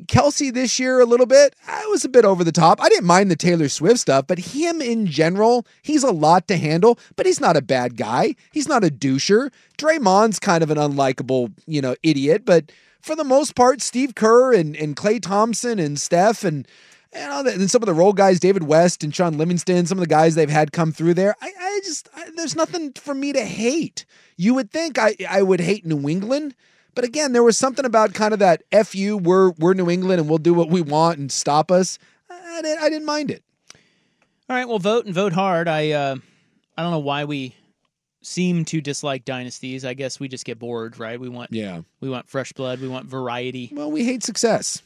Speaker 8: Kelsey this year a little bit. I was a bit over the top. I didn't mind the Taylor Swift stuff, but him in general, he's a lot to handle, but he's not a bad guy. He's not a doucher. Draymond's kind of an unlikable, you know, idiot, but for the most part, Steve Kerr and, and Clay Thompson and Steph and and, all that, and some of the role guys, David West and Sean Livingston, some of the guys they've had come through there. I, I just I, there's nothing for me to hate. You would think I I would hate New England, but again, there was something about kind of that "f you, we're we're New England and we'll do what we want and stop us." I, I didn't, I didn't mind it.
Speaker 7: All right, well, vote and vote hard. I uh, I don't know why we seem to dislike dynasties. I guess we just get bored, right? We want
Speaker 8: Yeah.
Speaker 7: we want fresh blood. We want variety.
Speaker 8: Well, we hate success.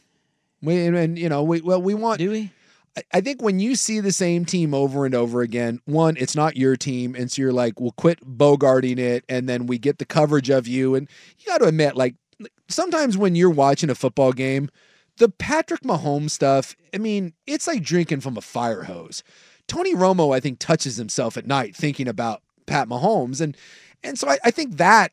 Speaker 8: We and, and, you know we well we want.
Speaker 7: Do we?
Speaker 8: I, I think when you see the same team over and over again, one, it's not your team, and so you're like, we'll quit bogarting it, and then we get the coverage of you. And you got to admit, like sometimes when you're watching a football game, the Patrick Mahomes stuff. I mean, it's like drinking from a fire hose. Tony Romo, I think, touches himself at night thinking about Pat Mahomes. And and so I, I think that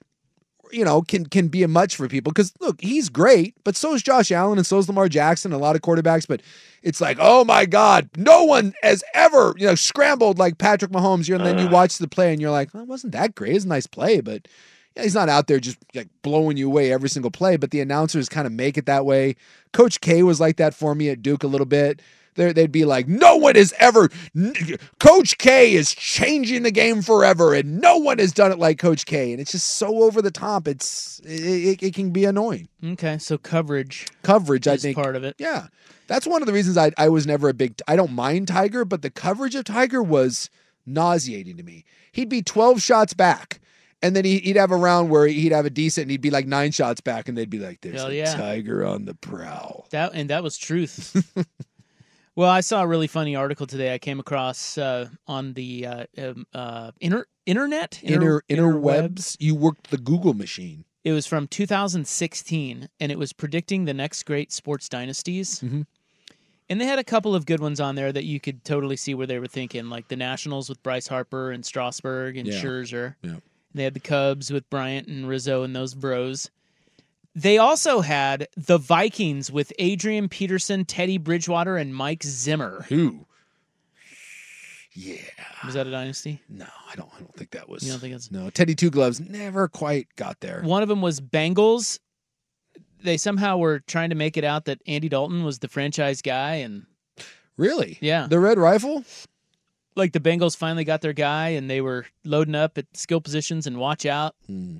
Speaker 8: you know can can be a much for people because look, he's great, but so is Josh Allen and so is Lamar Jackson, and a lot of quarterbacks. But it's like, oh my God, no one has ever you know scrambled like Patrick Mahomes. You're, and then you watch the play and you're like, well, it wasn't that great. It's a nice play, but yeah, he's not out there just like blowing you away every single play, but the announcers kind of make it that way. Coach K was like that for me at Duke a little bit. There, they'd be like, no one has ever. n- Coach K is changing the game forever, and no one has done it like Coach K. And it's just so over the top. It's it, it, it can be annoying.
Speaker 7: Okay, so coverage.
Speaker 8: Coverage, I
Speaker 7: is
Speaker 8: think,
Speaker 7: part of it.
Speaker 8: Yeah, that's one of the reasons I I was never a big. I don't mind Tiger, but the coverage of Tiger was nauseating to me. He'd be twelve shots back. And then he- he'd have a round where he'd have a decent, and he'd be like nine shots back, and they'd be like, "There's
Speaker 7: Hell
Speaker 8: a
Speaker 7: yeah.
Speaker 8: tiger on the prowl."
Speaker 7: That and that was truth. well, I saw a really funny article today. I came across uh, on the uh, um, uh, inter- internet,
Speaker 8: Inner,
Speaker 7: interweb.
Speaker 8: interwebs. You worked the Google machine.
Speaker 7: It was from 2016, and it was predicting the next great sports dynasties.
Speaker 8: Mhm.
Speaker 7: And they had a couple of good ones on there that you could totally see where they were thinking, like the Nationals with Bryce Harper and Strasburg and
Speaker 8: Yeah.
Speaker 7: Scherzer.
Speaker 8: Yeah.
Speaker 7: They had the Cubs with Bryant and Rizzo and those bros. They also had the Vikings with Adrian Peterson, Teddy Bridgewater, and Mike Zimmer.
Speaker 8: Who? Yeah.
Speaker 7: Was that a dynasty?
Speaker 8: No, I don't. I don't think that was.
Speaker 7: You don't think it's-
Speaker 8: no? Teddy Two Gloves never quite got there.
Speaker 7: One of them was Bengals. They somehow were trying to make it out that Andy Dalton was the franchise guy, and
Speaker 8: Really?
Speaker 7: Yeah.
Speaker 8: The Red Rifle.
Speaker 7: like the Bengals finally got their guy, and they were loading up at skill positions and watch out.
Speaker 8: Hmm,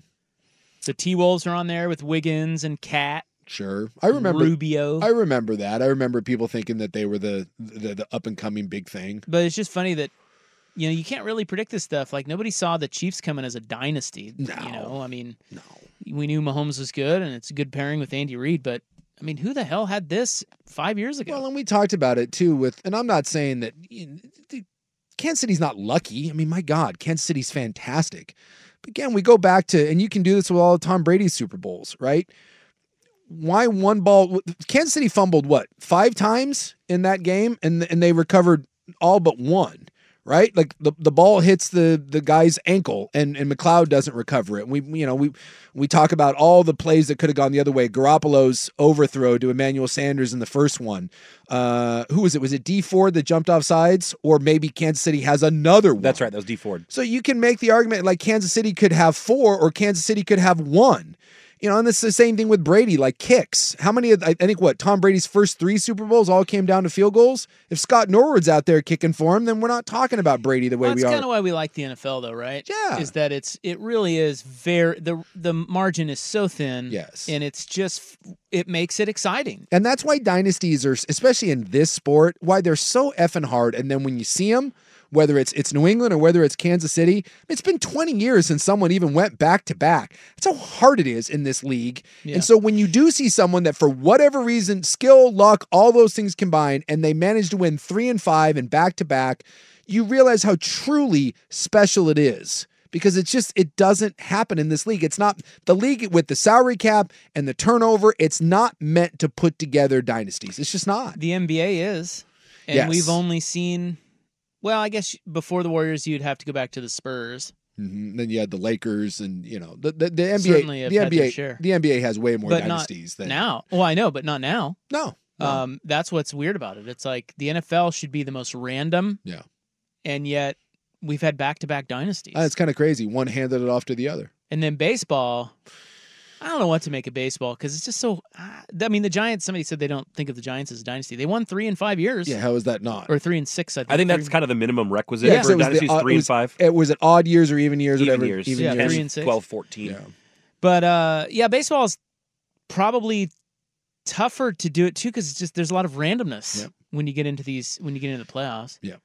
Speaker 7: The T Wolves are on there with Wiggins and Cat.
Speaker 8: Sure, I remember
Speaker 7: Rubio.
Speaker 8: I remember that. I remember people thinking that they were the the, the up and coming big thing.
Speaker 7: But it's just funny that you know you can't really predict this stuff. Like nobody saw the Chiefs coming as a dynasty. You know, I mean, no. We knew Mahomes was good, and it's a good pairing with Andy Reid. But I mean, who the hell had this five years ago?
Speaker 8: Well, and we talked about it too with, and I'm not saying that you know, th- Kansas City's not lucky. I mean, my God, Kansas City's fantastic. But again, we go back to, and you can do this with all of Tom Brady's Super Bowls, right? Why one ball? Kansas City fumbled what five times in that game, and and they recovered all but one. Right, like the, the ball hits the the guy's ankle, and and McLeod doesn't recover it. We you know we we talk about all the plays that could have gone the other way. Garoppolo's overthrow to Emmanuel Sanders in the first one. Uh, who was it? Was it D Ford that jumped off sides, or maybe Kansas City has another one?
Speaker 10: That's right. That was D Ford.
Speaker 8: So you can make the argument like Kansas City could have four or Kansas City could have one. You know, and it's the same thing with Brady, like kicks. How many of, I I think what, Tom Brady's first three Super Bowls all came down to field goals? If Scott Norwood's out there kicking for him, then we're not talking about Brady the way
Speaker 7: Well,
Speaker 8: we
Speaker 7: that's
Speaker 8: are.
Speaker 7: kind of why we like the NFL, though, right? Yeah, is that it's it really is very the the margin is so thin. Yes, and it's just it makes it exciting.
Speaker 8: And that's why dynasties are, especially in this sport, why they're so effing hard. And then when you see them, whether it's it's New England or whether it's Kansas City, it's been 20 years since someone even went back to back. That's how hard it is in this league.
Speaker 7: Yeah.
Speaker 8: And so when you do see someone that for whatever reason, skill, luck, all those things combined, and they manage to win three and five and back to back, you realize how truly special it is because it's just it doesn't happen in this league. It's not the league with the salary cap and the turnover. It's not meant to put together dynasties. It's just not.
Speaker 7: The NBA is, and
Speaker 8: Yes.
Speaker 7: we've only seen. Well, I guess before the Warriors, you'd have to go back to the Spurs.
Speaker 8: Mhm. Then you had the Lakers, and you know the the, the
Speaker 7: Certainly
Speaker 8: NBA.
Speaker 7: have
Speaker 8: The
Speaker 7: had their
Speaker 8: NBA.
Speaker 7: share.
Speaker 8: The NBA has way more
Speaker 7: but
Speaker 8: dynasties
Speaker 7: not
Speaker 8: than
Speaker 7: now. Well, I know, but not now.
Speaker 8: No, no.
Speaker 7: Um, that's what's weird about it. It's like the NFL should be the most random.
Speaker 8: Yeah.
Speaker 7: and yet we've had back-to-back dynasties.
Speaker 8: Uh, it's kind of crazy. One handed it off to the other.
Speaker 7: And then baseball, I don't know what to make of baseball because it's just so. ah, I mean, the Giants. Somebody said they don't think of the Giants as a dynasty. They won three in five years.
Speaker 8: Yeah, how is that not?
Speaker 7: Or three and six. I think.
Speaker 10: I think
Speaker 7: Three
Speaker 10: that's
Speaker 7: and-
Speaker 10: kind of the minimum requisite
Speaker 8: Yeah, 'cause
Speaker 10: for
Speaker 8: it was the
Speaker 10: dynasties
Speaker 8: odd-
Speaker 10: three
Speaker 8: it
Speaker 10: and
Speaker 8: was-
Speaker 10: five.
Speaker 8: It eh, was at odd years or even years,
Speaker 10: Even
Speaker 8: whatever.
Speaker 10: years.
Speaker 8: Even
Speaker 10: Yeah,
Speaker 8: years.
Speaker 10: 10, 12, 14.
Speaker 7: But uh, yeah, baseball's probably tougher to do it too because just there's a lot of randomness
Speaker 8: Yep.
Speaker 7: when you get into these when you get into the playoffs.
Speaker 8: Yeah.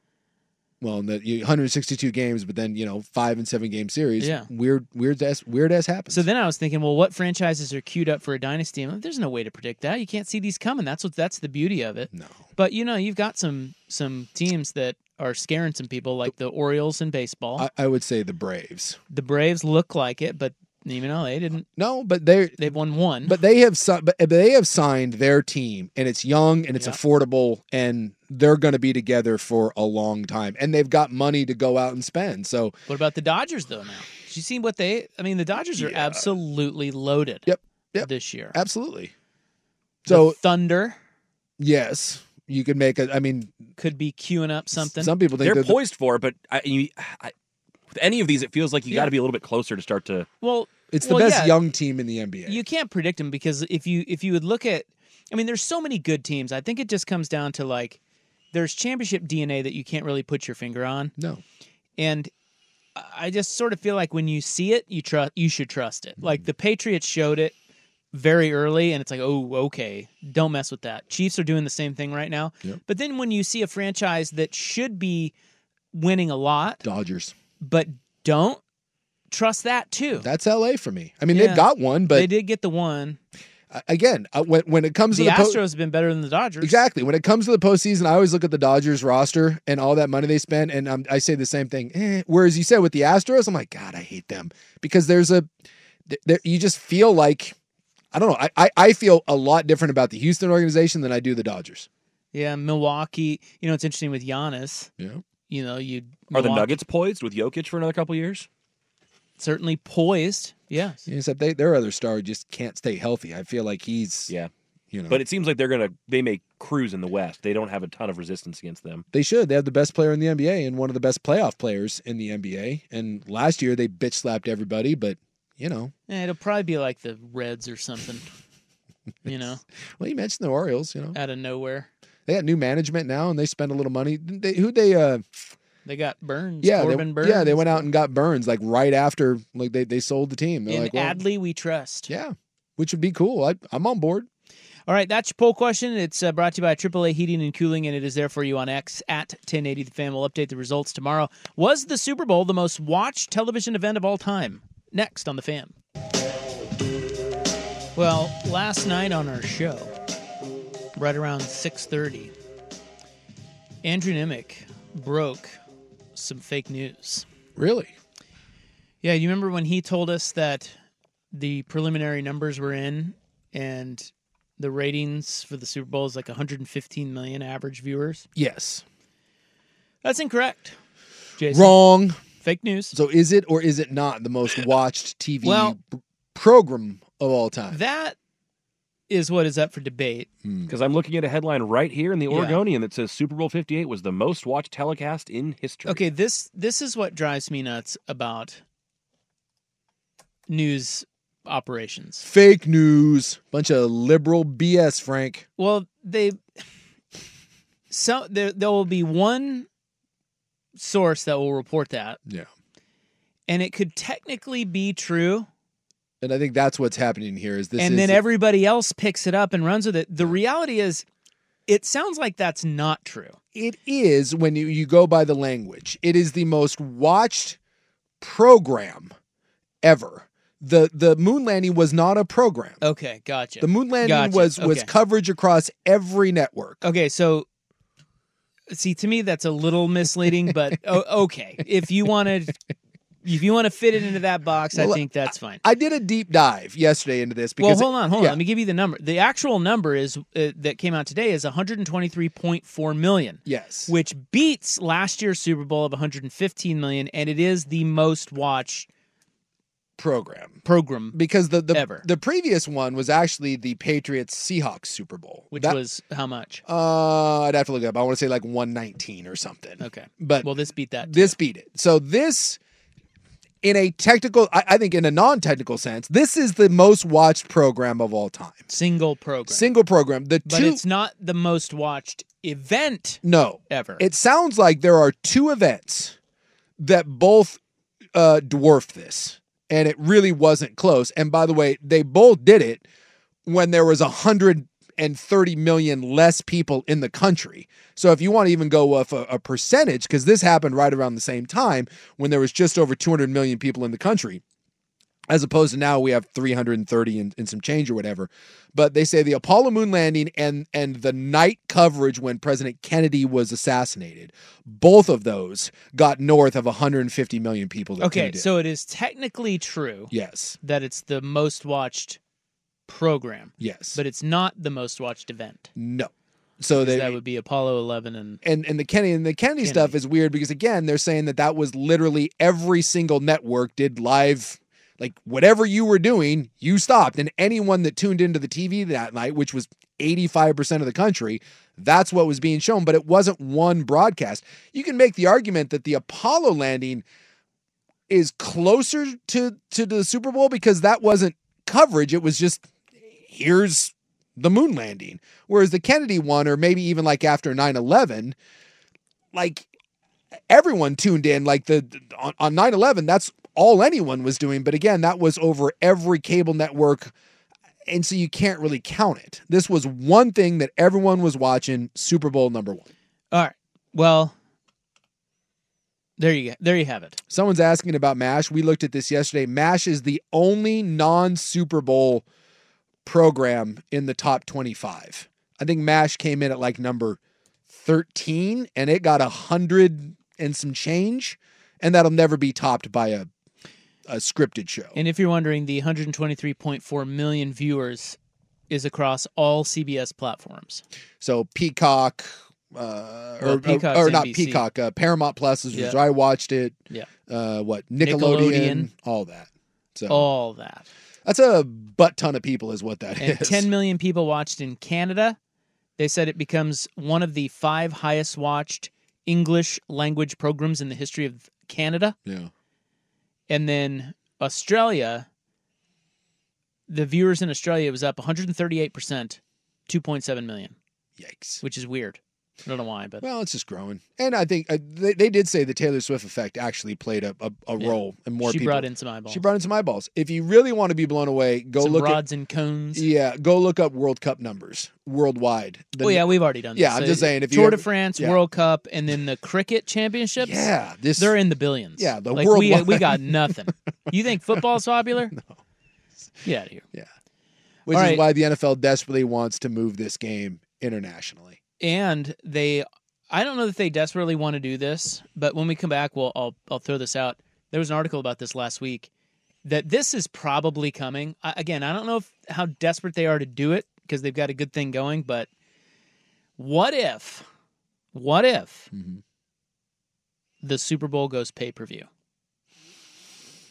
Speaker 8: Well, and that you 162 games, but then you know five and seven game series.
Speaker 7: Yeah.
Speaker 8: Weird, weird ass, weird ass happens.
Speaker 7: So then I was thinking, well, what franchises are queued up for a dynasty? And there's no way to predict that. You can't see these coming. That's what that's the beauty of it.
Speaker 8: No.
Speaker 7: But you know, you've got some some teams that are scaring some people, like the Orioles in baseball.
Speaker 8: I, I would say the Braves.
Speaker 7: the Braves look like it, but even though they didn't.
Speaker 8: No, but they
Speaker 7: they've won one.
Speaker 8: But they have, si- but but they have signed their team, and it's young and it's affordable, and they're going to be together for a long time, and they've got money to go out and spend. So
Speaker 7: What about the Dodgers though? Now, did you see what they? I mean, the Dodgers are absolutely loaded.
Speaker 8: Yep. Yep.
Speaker 7: This year,
Speaker 8: absolutely.
Speaker 7: The
Speaker 8: So
Speaker 7: Thunder
Speaker 8: yes, you could make a. I mean,
Speaker 7: could be queuing up something.
Speaker 8: Some people think
Speaker 10: they're,
Speaker 8: they're the-
Speaker 10: poised for it, but I, you, I, with any of these, it feels like you
Speaker 7: Yeah.
Speaker 10: got to be a little bit closer to start to.
Speaker 7: Well,
Speaker 8: it's the
Speaker 7: well,
Speaker 8: best
Speaker 7: yeah.
Speaker 8: young team in the NBA.
Speaker 7: you can't predict them because if you if you would look at I mean there's so many good teams. I think it just comes down to like there's championship DNA that you can't really put your finger on.
Speaker 8: No.
Speaker 7: And I I just sort of feel like when you see it, you trust you should trust it. Like the Patriots showed it very early and it's like, "Oh, okay. Don't mess with that." Chiefs are doing the same thing right now.
Speaker 8: Yep.
Speaker 7: But then when you see a franchise that should be winning a lot
Speaker 8: Dodgers.
Speaker 7: but don't trust that too.
Speaker 8: That's L.A. for me. I mean,
Speaker 7: Yeah.
Speaker 8: they've got one, but
Speaker 7: they did get the one.
Speaker 8: a- again, uh, when when it comes
Speaker 7: The,
Speaker 8: to the po-
Speaker 7: Astros have been better than the Dodgers.
Speaker 8: Exactly. When it comes to the postseason, I always look at the Dodgers roster and all that money they spend, and um, I say the same thing. Eh. Whereas you said with the Astros, I'm like, God, I hate them because there's a, th- there, you just feel like, I don't know, I, I I feel a lot different about the Houston organization than I do the Dodgers.
Speaker 7: Yeah, Milwaukee. You know, it's interesting with Giannis.
Speaker 8: Yeah.
Speaker 7: You know, you
Speaker 10: Are the
Speaker 7: Milwaukee
Speaker 10: Nuggets poised with Jokic for another couple years?
Speaker 7: certainly poised? Yes.
Speaker 8: Except they, their other star just can't stay healthy. I feel like he's,
Speaker 10: Yeah,
Speaker 8: you know,
Speaker 10: but it seems like they're gonna they may cruise in the West. They don't have a ton of resistance against them.
Speaker 8: they should. They have the best player in the NBA and one of the best playoff players in the NBA. And last year they bitch slapped everybody, but you know,
Speaker 7: Yeah, it'll probably be like the Reds or something. you know,
Speaker 8: well, you mentioned the Orioles, you know.
Speaker 7: out of nowhere,
Speaker 8: They got new management now, and they spend a little money. Didn't They, who they? Uh,
Speaker 7: they got Burns.
Speaker 8: yeah,
Speaker 7: Corbin
Speaker 8: they,
Speaker 7: Burns.
Speaker 8: yeah, they went out and got Burns like right after like they, they sold the team. They're
Speaker 7: In
Speaker 8: like, well,
Speaker 7: Adley, we trust.
Speaker 8: yeah, which would be cool. I, I'm on board.
Speaker 7: All right, that's your poll question. It's uh, brought to you by AAA Heating and Cooling, and it is there for you on X at 1080. The fan will update the results tomorrow. Was the Super Bowl the most watched television event of all time? Next on the fan. Well, last night on our show, right around 6:30, Andrew Nimick broke some fake news.
Speaker 8: Really?
Speaker 7: Yeah, you remember when he told us that the preliminary numbers were in and the ratings for the Super Bowl is like 115 million average viewers?
Speaker 8: Yes.
Speaker 7: That's incorrect. Jason.
Speaker 8: Wrong.
Speaker 7: Fake news.
Speaker 8: So is it or is it not the most watched TV
Speaker 7: Well-
Speaker 8: b- program of all time? Hmm.
Speaker 7: That is what is up for debate.
Speaker 10: Because I'm looking at a headline right here in the
Speaker 7: Yeah.
Speaker 10: Oregonian that says Super Bowl 58 was the most watched telecast in history.
Speaker 7: Okay, this this is what drives me nuts about news operations.
Speaker 8: Fake news. Bunch of liberal BS, Frank.
Speaker 7: Well, they so there there will be one source that will report that
Speaker 8: Yeah.
Speaker 7: and it could technically be true
Speaker 8: And I think that's what's happening here. Is this?
Speaker 7: and
Speaker 8: is
Speaker 7: then everybody else picks it up and runs with it the reality is it sounds like that's not true
Speaker 8: it is when you, you go by the language it is the most watched program ever the the moon landing was not a program
Speaker 7: okay gotcha
Speaker 8: the moon landing
Speaker 7: Oh, Gotcha.
Speaker 8: was was
Speaker 7: Okay. Oh.
Speaker 8: coverage across every network
Speaker 7: okay so see to me that's a little misleading but o- okay if you want to if you want to fit it into that box i
Speaker 8: Well,
Speaker 7: think that's fine
Speaker 8: i did a deep dive yesterday into this
Speaker 7: well
Speaker 8: because
Speaker 7: hold on hold on
Speaker 8: yeah,
Speaker 7: let me give you the number the actual number is uh, that came out today is 123.4 million
Speaker 8: yes
Speaker 7: which beats last year's Super Bowl of 115 million, and it is the most watched
Speaker 8: program
Speaker 7: program,
Speaker 8: because the the,
Speaker 7: Ever.
Speaker 8: the previous one was actually the patriots seahawks super bowl
Speaker 7: which
Speaker 8: That-
Speaker 7: was how much?
Speaker 8: uh i'd have to look it up i want to say like 119 or something
Speaker 7: Okay,
Speaker 8: but
Speaker 7: well, this beat that.
Speaker 8: This beat it. So this, in a technical, I, I think in a non-technical sense, this is the most watched program of all time.
Speaker 7: single program,
Speaker 8: Single program. The
Speaker 7: but
Speaker 8: two.
Speaker 7: it's not the most watched event
Speaker 8: no.
Speaker 7: ever.
Speaker 8: It sounds like there are two events that both uh, dwarf this, and it really wasn't close. And by the way, they both did it when there was a hundred and thirty million less people in the country. So if you want to even go off a, a percentage, because this happened right around the same time when there was just over two hundred million people in the country. As opposed to now, we have 330 and, and some change or whatever. But they say the Apollo moon landing and and the night coverage when President Kennedy was assassinated, both of those got north of 150 million people. That
Speaker 7: okay,
Speaker 8: tuned in.
Speaker 7: so it is technically true
Speaker 8: yes,
Speaker 7: that it's the most watched program,
Speaker 8: yes,
Speaker 7: but it's not the most watched event.
Speaker 8: no, So
Speaker 7: Because
Speaker 8: they
Speaker 7: that would be Apollo 11 and
Speaker 8: and and the Kennedy and the Kennedy, stuff is weird because again they're saying that that was literally every single network did live like whatever you were doing you stopped and anyone that tuned into the TV that night which was 85% of the country that's what was being shown but it wasn't one broadcast you can make the argument that the Apollo landing is closer to to the Super Bowl because that wasn't coverage it was just here's the moon landing. Whereas the Kennedy one, or maybe even like after 9 11, like everyone tuned in, like the on- on 9 11, that's all anyone was doing. But again, that was over every cable network. And so you can't really count it. This was one thing that everyone was watching Super Bowl number one.
Speaker 7: All right. Well, there you go. There you have it.
Speaker 8: Someone's asking about MASH. We looked at this yesterday. MASH is the only non Super Bowl program in the top 25. I think MASH came in at like number 13 and it got a 100 and some change. And that'll never be topped by a, a scripted show.
Speaker 7: And if you're wondering, the 123.4 million viewers is across all CBS platforms.
Speaker 8: So Peacock, uh,
Speaker 7: Well,
Speaker 8: or,
Speaker 7: Peacock's
Speaker 8: or, not
Speaker 7: NBC.
Speaker 8: Peacock, uh, Paramount Plus is
Speaker 7: Yeah.
Speaker 8: where I watched it.
Speaker 7: Yeah.
Speaker 8: Uh, what? Nickelodeon,
Speaker 7: Nickelodeon.
Speaker 8: all that. So
Speaker 7: All that.
Speaker 8: That's a butt ton of people, is what that is.
Speaker 7: And 10 million people watched in Canada. They said it becomes one of the five highest watched English language programs in the history of Canada.
Speaker 8: Yeah.
Speaker 7: And then Australia, the viewers in Australia was up 138%, 2.7 million.
Speaker 8: Yikes.
Speaker 7: Which is weird. I don't know why, but
Speaker 8: Well, it's just growing, and I think uh, they, they did say the Taylor Swift effect actually played a, a, a
Speaker 7: Yeah.
Speaker 8: role, and more
Speaker 7: She
Speaker 8: people.
Speaker 7: brought in some eyeballs.
Speaker 8: She brought in some eyeballs. If you really want to be blown away, go
Speaker 7: Some
Speaker 8: look
Speaker 7: rods
Speaker 8: at
Speaker 7: and cones.
Speaker 8: yeah, go look up World Cup numbers worldwide. The-
Speaker 7: Well, Oh, yeah, we've already done.
Speaker 8: Yeah,
Speaker 7: this.
Speaker 8: I'm
Speaker 7: So
Speaker 8: just saying if you
Speaker 7: Tour de
Speaker 8: ever-
Speaker 7: France,
Speaker 8: yeah.
Speaker 7: World Cup, and then the cricket championships.
Speaker 8: Yeah, this-
Speaker 7: they're in the billions.
Speaker 8: Yeah, the
Speaker 7: like, we,
Speaker 8: worldwide.
Speaker 7: we got nothing. You think football's popular? no. Get out of here.
Speaker 8: Yeah. which
Speaker 7: All
Speaker 8: is
Speaker 7: right.
Speaker 8: why the NFL desperately wants to move this game internationally.
Speaker 7: And they, I don't know that they desperately want to do this, but when we come back, we'll I'll I'll throw this out. There was an article about this last week that this is probably coming. I, again, I don't know if, how desperate they are to do it because they've got a good thing going, but what if, what if
Speaker 8: Mm-hmm.
Speaker 7: the Super Bowl goes pay per view?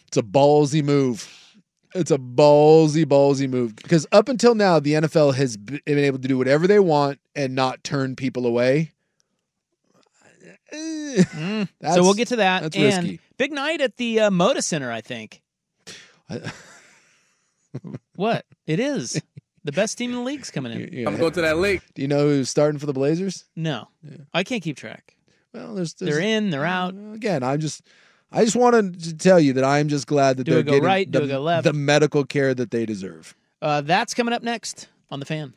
Speaker 8: It's a ballsy move. It's a ballsy, ballsy move because up until now, the NFL has b- been able to do whatever they want and not turn people away. That's-
Speaker 7: So we'll get to that.
Speaker 8: Mm, that's
Speaker 7: and
Speaker 8: risky.
Speaker 7: Big night at the uh, Moda Center, I think. what? It is. The best team in the league's coming in.
Speaker 8: I'm going to that lake. Do you know who's starting for the Blazers?
Speaker 7: No, I can't keep track.
Speaker 8: Well, there's, Uh,
Speaker 7: they're in, they're out.
Speaker 8: Again, I'm just, I just want to tell you that I'm just glad that
Speaker 7: Do it
Speaker 8: they're
Speaker 7: go
Speaker 8: getting
Speaker 7: right, do
Speaker 8: the,
Speaker 7: it go left.
Speaker 8: the medical care that they deserve.
Speaker 7: Uh, that's coming up next on the fan.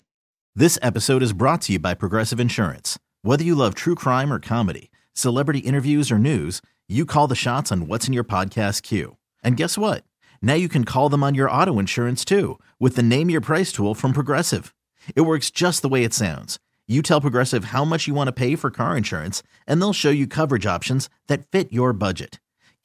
Speaker 11: This episode is brought to you by Progressive Insurance. Whether you love true crime or comedy, celebrity interviews or news, you call the shots on what's in your podcast queue. And guess what? Now you can call them on your auto insurance too with the Name Your Price tool from Progressive. It works just the way it sounds. You tell Progressive how much you want to pay for car insurance, and they'll show you coverage options that fit your budget.